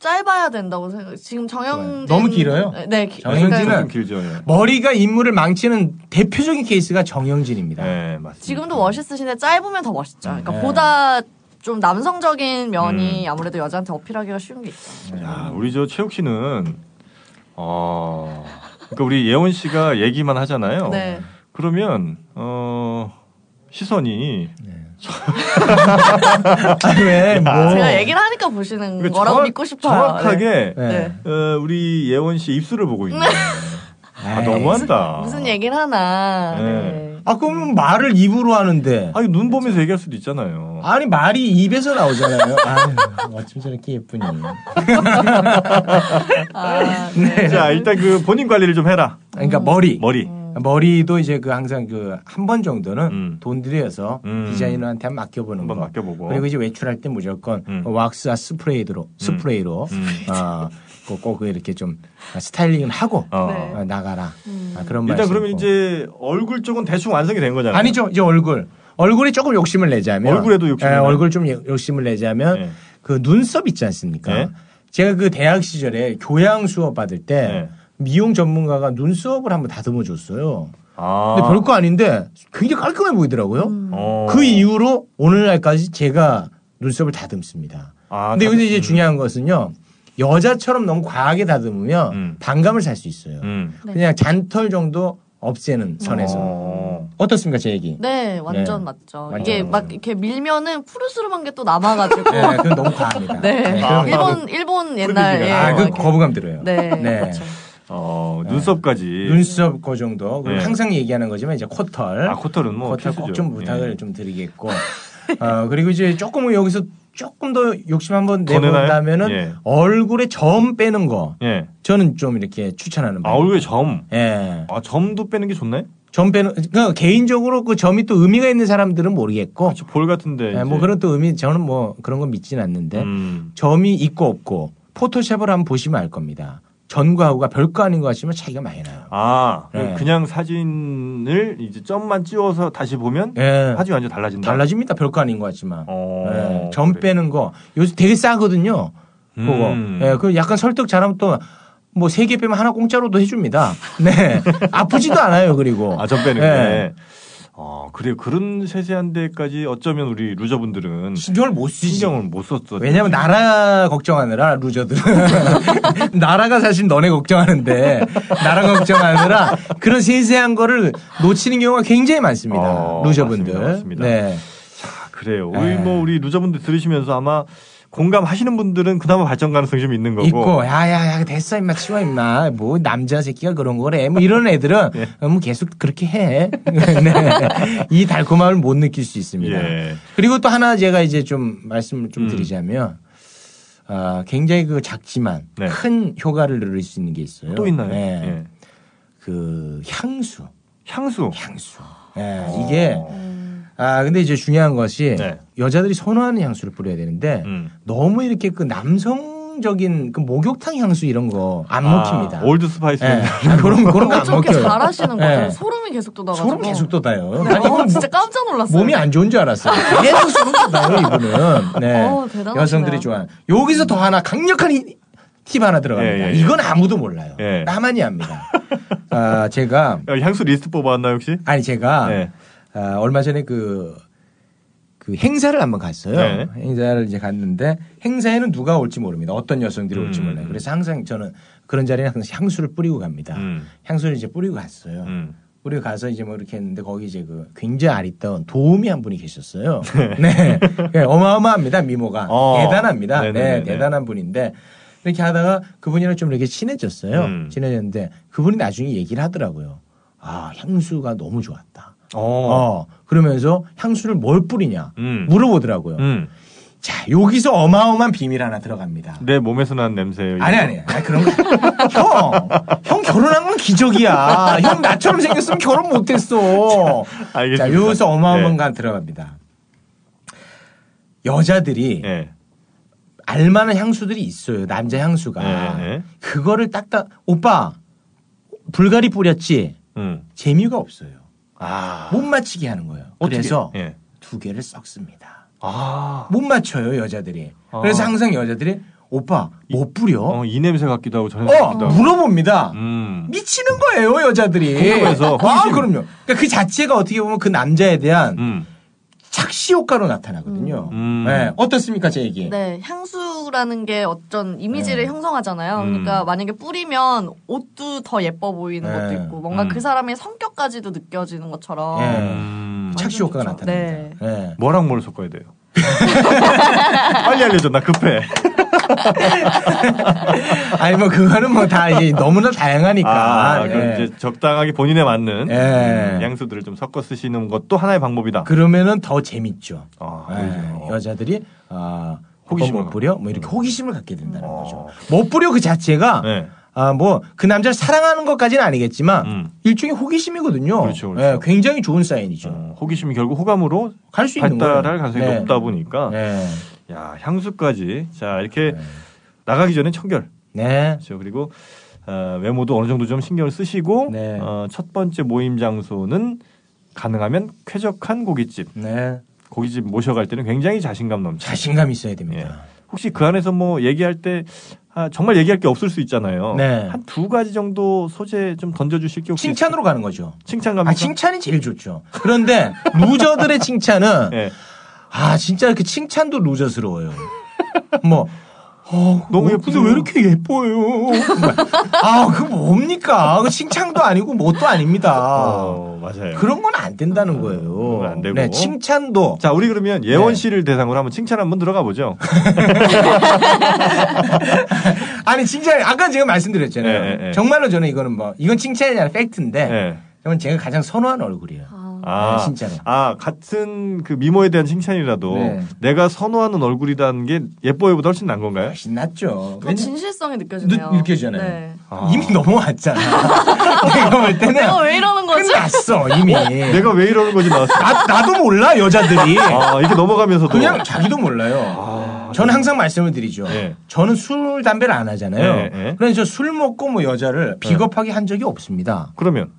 S7: 짧아야 된다고 생각. 지금 정영진
S5: 너무 길어요?
S7: 네,
S5: 정영진은
S4: 좀
S7: 그러니까
S4: 길죠.
S5: 네.
S4: 예.
S5: 머리가 인물을 망치는 대표적인 케이스가 정영진입니다.
S4: 네, 맞습니다.
S7: 지금도 멋있으신데 짧으면 더 멋있죠. 그러니까
S5: 네.
S7: 보다 좀 남성적인
S4: 음.
S7: 면이 아무래도 여자한테 어필하기가 쉬운 게 있죠.
S4: 야, 우리 저 최욱 씨는 어. 그러니까 우리 예원 씨가 얘기만 하잖아요.
S7: 네.
S4: 그러면 어 시선이
S5: [laughs]
S7: 음,
S5: 아, 왜? 뭐.
S7: 제가 얘기를 하니까 보시는
S4: 그러니까
S7: 거라고
S4: 정확-
S7: 믿고 싶어요.
S4: 정확하게
S7: 네. 네.
S4: 어, 우리 예원 씨 입술을 보고 있는 거예요.
S5: 네.
S4: 아,
S5: 에이.
S4: 너무한다.
S7: 무슨 얘기를 하나.
S4: 네.
S7: 네.
S5: 아, 그럼 말을 입으로 하는데.
S4: 아니 눈 보면서 얘기할 수도 있잖아요.
S5: 아니, 말이 입에서 [laughs] 나오잖아요. 아유, 어쩜 저렇게 [laughs] 예쁘니.
S7: 아, 네.
S4: 자 일단 그 본인 관리를 좀 해라.
S5: 그러니까 머리.
S4: 머리.
S5: 머리도 이제 그 항상 그 한 번 정도는
S4: 음.
S5: 돈 들여서
S4: 음.
S5: 디자이너한테 한번 맡겨보는
S4: 한번
S5: 거.
S4: 맡겨보고.
S5: 그리고 음. 이제 외출할 때 무조건
S4: 음.
S5: 그 왁스와 스프레이로 스프레이로 아, 꼭, 꼭 이렇게 좀 스타일링을 하고
S4: 어.
S7: 네.
S5: 어, 나가라. 아, 그런
S4: 일단
S5: 말씀
S4: 그러면
S5: 있고.
S4: 이제 얼굴 쪽은 대충 완성이 된 거잖아요.
S5: [laughs] 아니죠 이제 얼굴 얼굴이 조금 욕심을 내자면
S4: 얼굴에도 욕심을
S5: 예,
S4: 내요?
S5: 얼굴 좀 예- 욕심을 내자면
S4: 예.
S5: 그 눈썹 있지 않습니까?
S4: 예.
S5: 제가 그 대학 시절에 교양 수업 받을
S4: 예.
S5: 때 미용 전문가가 눈썹을 한번 다듬어 줬어요.
S4: 아.
S5: 근데 별거 아닌데 굉장히 깔끔해 보이더라고요.
S4: 어.
S5: 그 이후로 오늘날까지 제가 눈썹을 다듬습니다.
S4: 아,
S5: 근데 여기서 이제
S4: 다듬-
S5: 중요한 것은요. 여자처럼 너무 과하게 다듬으면
S4: 음.
S5: 반감을 살 수 있어요.
S4: 음.
S7: 네.
S5: 그냥 잔털 정도 없애는 선에서.
S4: 어.
S5: 어떻습니까, 제 얘기?
S7: 네, 완전
S5: 네.
S7: 맞죠.
S5: 완전
S7: 이게
S5: 맞죠.
S7: 막 이렇게 밀면은 푸르스름한 게 또 남아가지고.
S5: 네, 아, 그건 너무 과합니다.
S7: [laughs] 네.
S5: 그럼-
S7: 일본, 일본 옛날.
S4: 푸르비지가-
S7: 예,
S5: 아,
S7: 뭐
S5: 그
S7: 이렇게.
S5: 거부감 들어요.
S7: 네.
S5: 네.
S7: 그렇죠.
S4: 어, 눈썹까지.
S5: 눈썹 그 정도. 그리고
S4: 네.
S5: 항상 얘기하는 거지만 이제 코털.
S4: 아, 코털은 뭐
S5: 코털
S4: 필수죠.
S5: 꼭좀 부탁을
S4: 예.
S5: 좀 드리겠고. 어, 그리고 이제 조금 여기서 조금 더 욕심 한번
S4: 더 내나요?
S5: 내본다면은
S4: 예.
S5: 얼굴에 점 빼는 거.
S4: 예.
S5: 저는 좀 이렇게 추천하는
S4: 아,
S5: 바예요.
S4: 얼굴에 점.
S5: 예.
S4: 아, 점도 빼는 게 좋나요?
S5: 점 빼는 그러니까 개인적으로 그 점이 또 의미가 있는 사람들은 모르겠고.
S4: 그렇죠. 볼 같은데.
S5: 예,
S4: 이제.
S5: 뭐 그런 또 의미 저는 뭐 그런 건 믿진 않는데
S4: 음.
S5: 점이 있고 없고 포토샵을 한번 보시면 알 겁니다. 전과 후가 별거 아닌 것 같지만 차이가 많이 나요.
S4: 아,
S5: 네.
S4: 그냥 사진을 이제 점만 찍어서 다시 보면
S5: 예.
S4: 사진이 완전 달라진다.
S5: 달라집니다. 별거 아닌 것 같지만.
S4: 어,
S5: 예, 점
S4: 그래.
S5: 빼는 거 요즘 되게 싸거든요. 그거.
S4: 음.
S5: 예, 그 약간 설득 잘하면 또 뭐 세 개 빼면 하나 공짜로도 해줍니다.
S4: [laughs]
S5: 네. 아프지도 않아요. 그리고.
S4: 아, 점 빼는
S5: 예.
S4: 게. 어, 그래요. 그런 세세한 데까지 어쩌면 우리 루저분들은
S5: 신경을 못 쓰지.
S4: 신경을 못 썼어.
S5: 왜냐면 나라 걱정하느라 루저들은 [laughs] 나라가 사실 너네 걱정하는데 나라 걱정하느라 그런 세세한 거를 놓치는 경우가 굉장히 많습니다.
S4: 어,
S5: 루저분들.
S4: 맞습니다, 맞습니다.
S5: 네.
S4: 그래요. 우리
S5: 예.
S4: 뭐 우리 루저분들 들으시면서 아마 공감하시는 분들은 그나마 발전 가능성이 좀 있는 거고.
S5: 있고 야야야 됐어 임마 치워 임마 뭐 남자 새끼가 그런 거래 뭐 이런 애들은
S4: 예.
S5: 어, 뭐 계속 그렇게 해. [laughs] 네. 이 달콤함을 못 느낄 수 있습니다.
S4: 예. 음.
S5: 그리고 또 하나 제가 이제 좀 말씀을 좀 드리자면 아, 굉장히 그 작지만
S4: 네.
S5: 큰 효과를 누릴 수 있는 게 있어요.
S4: 또 있나요?
S5: 네.
S4: 예.
S5: 그 향수.
S4: 향수.
S5: 향수. 예, 이게 아 근데 이제 중요한 것이
S4: 네. 음.
S5: 여자들이 선호하는 향수를 뿌려야 되는데 너무 이렇게 그 남성적인 그 목욕탕 향수 이런 거 안 먹힙니다.
S4: 아, 올드 스파이스.
S5: 예. [laughs] 그런 그런 거 안
S7: 어쩜 이렇게
S5: 먹혀요.
S7: 잘하시는
S5: 예.
S7: 거예요? 소름이 계속 돋아가지고.
S5: 소름 계속 돋아요.
S7: 네,
S5: 아니,
S7: 어,
S5: 이건
S7: 진짜 깜짝 놀랐어요.
S5: 몸이 안 좋은 줄 알았어요. 계속 소름 돋아요 이분은. 네.
S7: 어, 대단하시네요.
S5: 여성들이 좋아하는. 여기서 더 하나 강력한 이- 팁 하나 들어갑니다.
S4: 예, 예, 예.
S5: 이건 아무도 몰라요.
S4: 예.
S5: 나만이 압니다. 아 제가
S4: 야, 향수 리스트 뽑아왔나요 혹시?
S5: 아니 제가
S4: 네.
S5: 아, 얼마 전에 그, 그 행사를 한번 갔어요.
S4: 네.
S5: 행사를 이제 갔는데 행사에는 누가 올지 모릅니다. 어떤 여성들이 올지
S4: 음.
S5: 몰라요. 그래서 항상 저는 그런 자리에 항상 향수를 뿌리고 갑니다.
S4: 음.
S5: 향수를 이제 뿌리고 갔어요.
S4: 음.
S5: 뿌리고 가서 이제 뭐 이렇게 했는데 거기 이제 그 굉장히 아리따운 도우미 한 분이 계셨어요. 네. 네, 어마어마합니다. 미모가.
S4: 어.
S5: 대단합니다.
S4: 네네네네.
S5: 네, 대단한 분인데 이렇게 하다가 그분이랑 좀 이렇게 친해졌어요.
S4: 음.
S5: 친해졌는데 그분이 나중에 얘기를 하더라고요. 아, 향수가 너무 좋았다.
S4: 어.
S5: 어, 그러면서 향수를 뭘 뿌리냐
S4: 음.
S5: 물어보더라고요.
S4: 음.
S5: 자, 여기서 어마어마한 비밀 하나 들어갑니다.
S4: 내 몸에서 난 냄새예요. 이거.
S5: 아니, 아니, 아니, 그런 거. 형! 형 결혼한 건 기적이야. 형 나처럼 생겼으면 결혼 못했어.
S4: 알겠습니다. 네.
S5: 자, 여기서 어마어마한 거 하나 들어갑니다. 여자들이
S4: 예.
S5: 알만한 향수들이 있어요. 남자 향수가.
S4: 예, 예.
S5: 그거를 딱딱, 오빠, 불가리 뿌렸지?
S4: 음.
S5: 재미가 없어요.
S4: 아.
S5: 못 맞히게 하는 거예요.
S4: 어떻게?
S5: 그래서
S4: 예.
S5: 두 개를 섞습니다.
S4: 아.
S5: 못 맞춰요 여자들이.
S4: 아.
S5: 그래서 항상 여자들이 오빠 못 뿌려?
S4: 어,
S5: 어,
S4: 이 냄새 같기도 하고 저 냄새 같기도 하고.
S5: 물어봅니다.
S4: 음.
S5: 미치는 거예요 여자들이.
S4: 궁금해서,
S5: 아
S4: 호기심.
S5: 그럼요. 그러니까 그 자체가 어떻게 보면 그 남자에 대한
S4: 음.
S5: 착시 효과로 나타나거든요.
S4: 음.
S5: 네, 어떻습니까 제 얘기?
S7: 네, 향수라는 게 어쩐 이미지를
S5: 네.
S7: 형성하잖아요.
S4: 음.
S7: 그러니까 만약에 뿌리면 옷도 더 예뻐 보이는
S5: 네.
S7: 것도 있고 뭔가
S4: 음.
S7: 그 사람의 성격까지도 느껴지는 것처럼
S5: 네.
S4: 음.
S5: 착시 효과가
S7: 완전 좋죠.
S5: 나타납니다. 네.
S4: 뭐랑 뭘 섞어야 돼요? [laughs] 빨리 알려줘 나 급해.
S5: 아니 뭐 그거는 뭐 다 너무나 다양하니까.
S4: 아, 그럼
S5: 네.
S4: 이제 적당하게 본인에 맞는
S5: 예.
S4: 음, 양수들을 좀 섞어 쓰시는 것도 하나의 방법이다.
S5: 그러면은 더 재밌죠.
S4: 아,
S5: 예,
S4: 그러죠.
S5: 여자들이 아,
S4: 호기심을
S5: 호기심을
S4: 갖고.
S5: 못
S4: 음. 어.
S5: 부려 뭐 이렇게 호기심을 갖게 된다는 거죠. 못 부려 그 자체가
S4: 네.
S5: 아, 뭐 그 남자를 사랑하는 것까지는 아니겠지만
S4: 음.
S5: 일종의 호기심이거든요.
S4: 그렇죠, 그렇죠.
S5: 예, 굉장히 좋은 사인이죠.
S4: 어, 호기심이 결국 호감으로
S5: 갈 수 있는 거예요.
S4: 발달할 가능성이
S5: 네.
S4: 높다 보니까
S5: 네.
S4: 야 향수까지 자 이렇게 나가기 전에 청결
S5: 네.
S4: 그렇죠. 그리고 어, 외모도 어느 정도 좀 신경을 쓰시고
S5: 네.
S4: 어, 첫 번째 모임 장소는 가능하면 쾌적한 고깃집
S5: 네.
S4: 고깃집 모셔갈 때는 굉장히 자신감 넘치.
S5: 자신감 있어야
S4: 예.
S5: 됩니다.
S4: 혹시 그 안에서 뭐 얘기할 때 아, 정말 얘기할 게 없을 수 있잖아요.
S5: 네.
S4: 한 두 가지 정도 소재 좀 던져주실 게 혹시
S5: 칭찬으로 가는 거죠.
S4: 있- 칭찬 갑니까?
S5: 아, 칭찬이 제일 좋죠. 그런데 루저들의 칭찬은
S4: 예.
S5: 아 진짜 그 칭찬도 루저스러워요. 뭐 어,
S4: 너무
S5: 뭐,
S4: 예쁘세요.
S5: 근데 왜 이렇게 예뻐요? 아, 그 뭡니까? 그 칭찬도 아니고 뭣도 아닙니다.
S4: 어, 맞아요.
S5: 그런 건 안 된다는
S4: 그런
S5: 거예요.
S4: 건안 되고.
S5: 네, 칭찬도.
S4: 자, 우리 그러면 예원
S5: 네.
S4: 씨를 대상으로 한번 칭찬 한번 들어가 보죠.
S5: 아니, 칭찬, 아까 제가 말씀드렸잖아요.
S4: 네, 네, 네.
S5: 정말로 저는 이거는 뭐, 이건 칭찬이 아니라 팩트인데,
S4: 네.
S5: 저는 제가 가장 선호하는 얼굴이에요.
S4: 아,
S5: 네, 진짜로.
S4: 아, 같은 그 미모에 대한 칭찬이라도
S5: 네.
S4: 내가 선호하는 얼굴이라는 게 예뻐요보다 훨씬 나은 건가요?
S5: 신났죠.
S7: 더
S5: 왜냐-
S7: 진실성이 느껴지네요.
S5: 느- 느껴지잖아요.
S7: 네.
S4: 아.
S5: 이미 넘어왔잖아. [laughs] 내가 볼
S7: 내가
S5: 때는.
S7: 네. 어, 왜 이러는 거지?
S5: 끝났어, 이미.
S4: 내가 왜 이러는 건지 나왔어.
S5: 나, 나도 몰라, 여자들이.
S4: 아, 이게 넘어가면서도
S5: 네. 그냥 자기도 몰라요. 저는 항상 말씀을 드리죠.
S4: 네.
S5: 저는 술, 담배를 안 하잖아요.
S4: 네, 네.
S5: 그래서 저 술 먹고 뭐 여자를 비겁하게 한 적이 없습니다.
S4: 그러면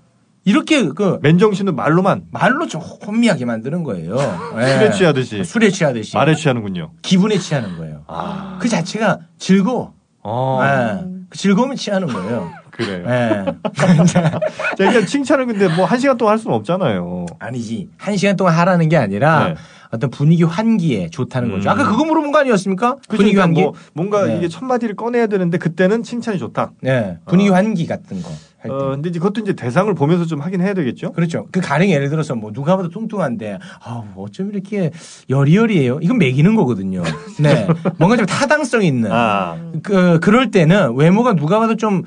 S5: 이렇게 그
S4: 맨정신은 말로만
S5: 말로 좀 혼미하게 만드는 거예요. 예.
S4: 술에 취하듯이.
S5: 술에 취하듯이.
S4: 말에 취하는군요.
S5: 기분에 취하는 거예요.
S4: 아.
S5: 그 자체가 즐거워.
S4: 어.
S5: 예. 그 즐거움에 취하는 거예요.
S4: 그래요.
S5: 예. [laughs]
S4: 자, 그냥 칭찬을 근데 뭐 한 시간 동안 할 수는 없잖아요.
S5: 아니지. 한 시간 동안 하라는 게 아니라
S4: 네.
S5: 어떤 분위기 환기에 좋다는
S4: 음.
S5: 거죠. 아까 그거 물어본 거 아니었습니까?
S4: 그죠?
S5: 분위기
S4: 그러니까
S5: 환기.
S4: 뭐 뭔가
S5: 네.
S4: 이게 첫 마디를 꺼내야 되는데 그때는 칭찬이 좋다.
S5: 네. 분위기 환기 같은 거. 할 때.
S4: 어, 근데 이제 그것도 이제 대상을 보면서 좀 하긴 해야 되겠죠.
S5: 그렇죠. 그 가령 예를 들어서 뭐 누가 봐도 뚱뚱한데 아 어쩜 이렇게 여리여리해요. 이건
S4: [laughs]
S5: 매기는 거거든요. 네. 뭔가 좀 타당성 있는.
S4: 아,
S5: 그 그럴 때는 외모가 누가 봐도 좀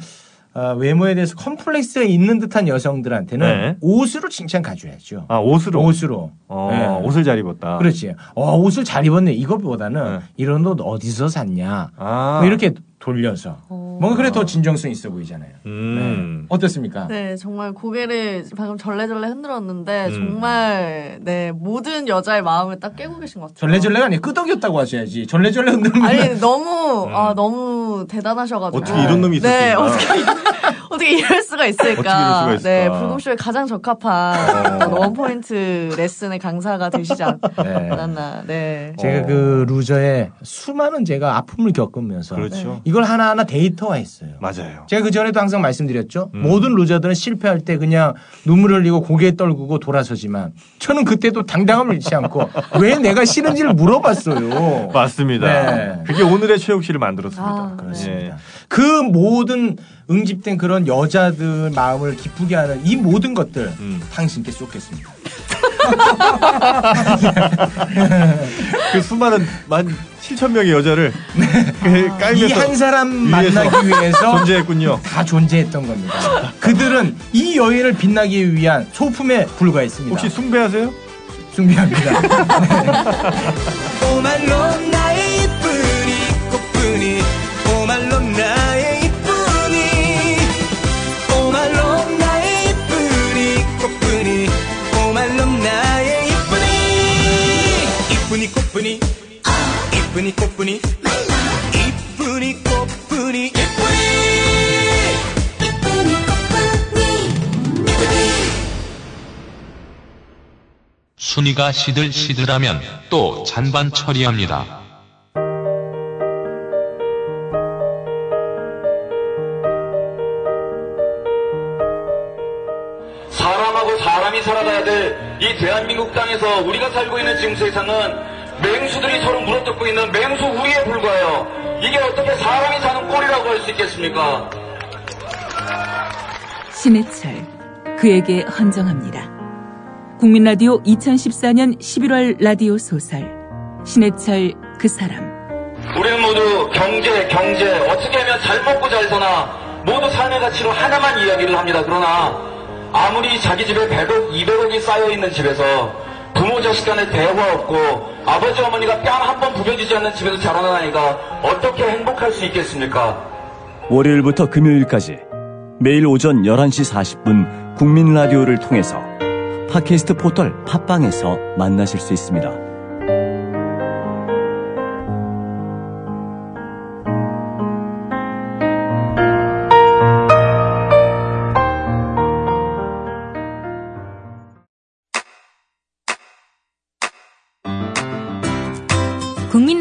S5: 어, 외모에 대해서 컴플렉스가 있는 듯한 여성들한테는
S4: 네.
S5: 옷으로 칭찬 가져야죠.
S4: 아 옷으로.
S5: 옷으로.
S4: 어,
S5: 네.
S4: 옷을 잘 입었다.
S5: 그렇지. 어, 옷을 잘 입었네. 이것보다는 이런 옷 어디서 샀냐.
S4: 아.
S5: 뭐 이렇게 돌려서.
S7: 어.
S5: 뭔가 그래 더 진정성 있어 보이잖아요.
S4: 음.
S5: 네. 어떻습니까?
S7: 네, 정말 고개를 방금 절레절레 흔들었는데
S4: 음.
S7: 정말 네 모든 여자의 마음을 딱 깨고 계신 것 같아요.
S5: 전래전래가 아니 끄덕였다고 하셔야지. 전래전래 흔들면
S7: 아니 너무 아 너무 대단하셔가지고
S4: 음. 어떻게 이런 놈이 있었을까?
S7: 네, 어떻게
S5: [laughs]
S7: 어떻게 이럴 수가 있을까?
S4: 어떻게 이럴 수가 있을까?
S7: 네, 불금쇼에 가장 적합한 어떤 원포인트 레슨의 강사가 되시지 않-
S5: 네.
S7: 않았나. 네.
S4: 어.
S5: 제가 그 루저의 수많은 제가 아픔을 겪으면서
S7: 네.
S4: 그렇죠.
S5: 이걸 하나하나 데이터화했어요.
S4: 맞아요.
S5: 제가 그 전에도 항상 말씀드렸죠.
S4: 음.
S5: 모든 루저들은 실패할 때 그냥 눈물 흘리고 고개 떨구고 돌아서지만 저는 그때도 당당함을
S4: [laughs]
S5: 잃지 않고 왜 내가 싫은지를 물어봤어요.
S4: 맞습니다.
S5: 네.
S4: 그게 오늘의 최욱 씨를 만들었습니다.
S7: 아,
S4: 예.
S5: 그렇습니다. 그 모든 응집된 그런 여자들 마음을 기쁘게 하는 이 모든 것들
S4: 음.
S5: 당신께 쏟겠습니다.
S4: 그 수많은 만 7천 명의 여자를 그
S5: 네. 이
S4: 깔면서
S5: 한 사람
S4: 위해서
S5: 만나기 위해서
S4: 존재했군요.
S5: 다 존재했던 겁니다. 그들은 이 여인을 빛나기 위한 소품에 불과했습니다.
S4: 혹시 숭배하세요?
S5: 준비합니다.
S11: [laughs] 오말론 나의 이쁜이 꽃뿐이 오말론 나의 이쁜이 오말론 나의 이쁜이 꽃뿐이 오말론 나의 이쁜이 이쁜이 꽃뿐이 아, 이쁜이 꽃뿐이 아, 이쁜이 꽃뿐이 이쁜이
S10: 이쁜이 꽃분이 이쁜이
S8: 순이가 시들시들하면 또 잔반 처리합니다.
S1: 사람하고 사람이 살아가야 될 이 대한민국 땅에서 우리가 살고 있는 지금 세상은 맹수들이 서로 물어뜯고 있는 맹수 우위에 불과해요. 이게 어떻게 사람이 사는 꼴이라고 할 수 있겠습니까?
S12: 심해철 그에게 헌정합니다. 국민 라디오 2014년 11월 라디오 소설 신해철 그 사람
S1: 우리는 모두 경제, 경제, 어떻게 하면 잘 먹고 잘 사나, 모두 삶의 가치로 하나만 이야기를 합니다. 그러나, 아무리 자기 집에 100억, 200억이 쌓여있는 집에서, 부모 자식 간에 대화 없고, 아버지 어머니가 뺨 한 번 부벼지지 않는 집에서 자라난 아이가 어떻게 행복할 수 있겠습니까?
S9: 월요일부터 금요일까지 매일 오전 11시 40분 국민 라디오를 통해서 팟캐스트 포털 팟빵에서 만나실 수 있습니다.
S2: 국민